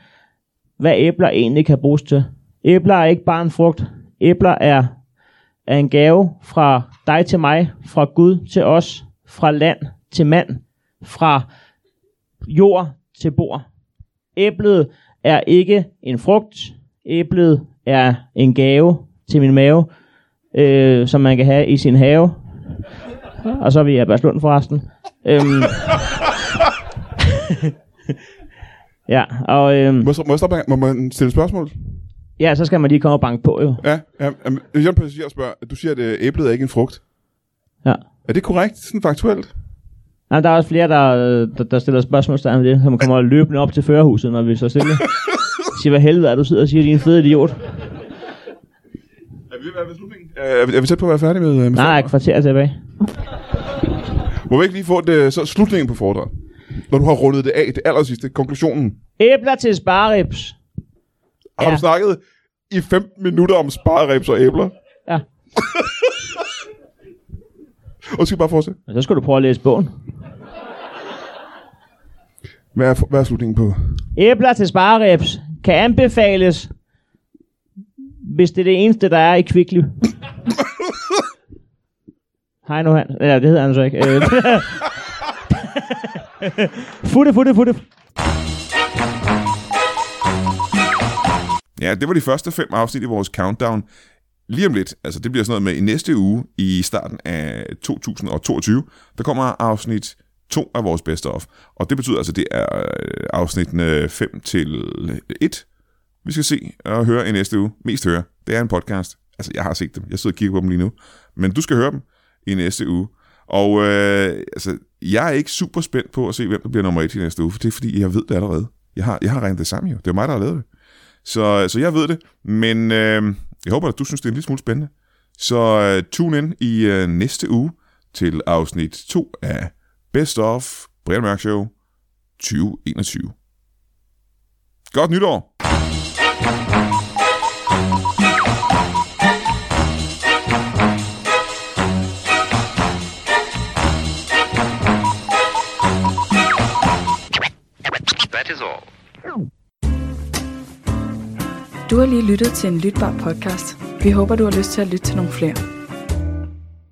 hvad æbler egentlig kan bruges til. Æbler er ikke bare en frugt. Æbler er, er en gave fra dig til mig, fra Gud til os, fra land til mand, fra jord til bord. Æblet er ikke en frugt. Æblet er en gave til min mave, øh, som man kan have i sin have. Og så er vi i Abberslund forresten. Øhm. ja, og... Øhm. Må, jeg, må, jeg stoppe, her? må man stille spørgsmål? Ja, så skal man lige komme og banke på, jo. Ja, ja jamen, Jørgen Passager spørger, du siger, at øh, æblet er ikke en frugt. Ja. Er det korrekt, sådan faktuelt? Nej, der er også flere, der, øh, der, der stiller spørgsmålstegn ved det, så man kommer løbende op til førerhuset, når vi så stille. Siger, hvad helvede er du sidder og siger, din fede idiot. Er vi, er, vi, er, vi, er vi tæt på at være færdige med... øh, med Nej, et kvarter tilbage. Må vi ikke lige få det, så slutningen på foredraget? Når du har rundet det af, det aller sidste, konklusionen. Æbler til sparerips. Har du snakket i 15 minutter om spareribs og æbler? Ja. og skal bare fortsætte. Så skal du prøve at læse bogen. Hvad er, hvad er slutningen på? Æbler til sparerips kan anbefales, hvis det er det eneste, der er i Kvickly. Hej nu, han. Ja, det hedder han så ikke. Øh, futte, futte, futte. Ja, det var de første fem afsnit i vores countdown. Lige om lidt, altså det bliver sådan noget med i næste uge, i starten af 2022, der kommer afsnit to af vores best of. Og det betyder altså, det er øh, afsnittene 5 til 1, vi skal se og høre i næste uge. Mest høre. Det er en podcast. Altså, jeg har set dem. Jeg sidder og kigger på dem lige nu. Men du skal høre dem i næste uge. Og øh, altså, jeg er ikke super spændt på at se, hvem der bliver nummer et i næste uge, for det er fordi, jeg ved det allerede. Jeg har, jeg har regnet det sammen jo. Det er mig, der har lavet det. Så, så jeg ved det, men øh, jeg håber, at du synes, det er en lille smule spændende. Så øh, tune ind i øh, næste uge til afsnit 2 af Best of Brian Mørk Show 2021. Godt nytår! That is all. Du har lige lyttet til en lytbar podcast. Vi håber, du har lyst til at lytte til nogle flere.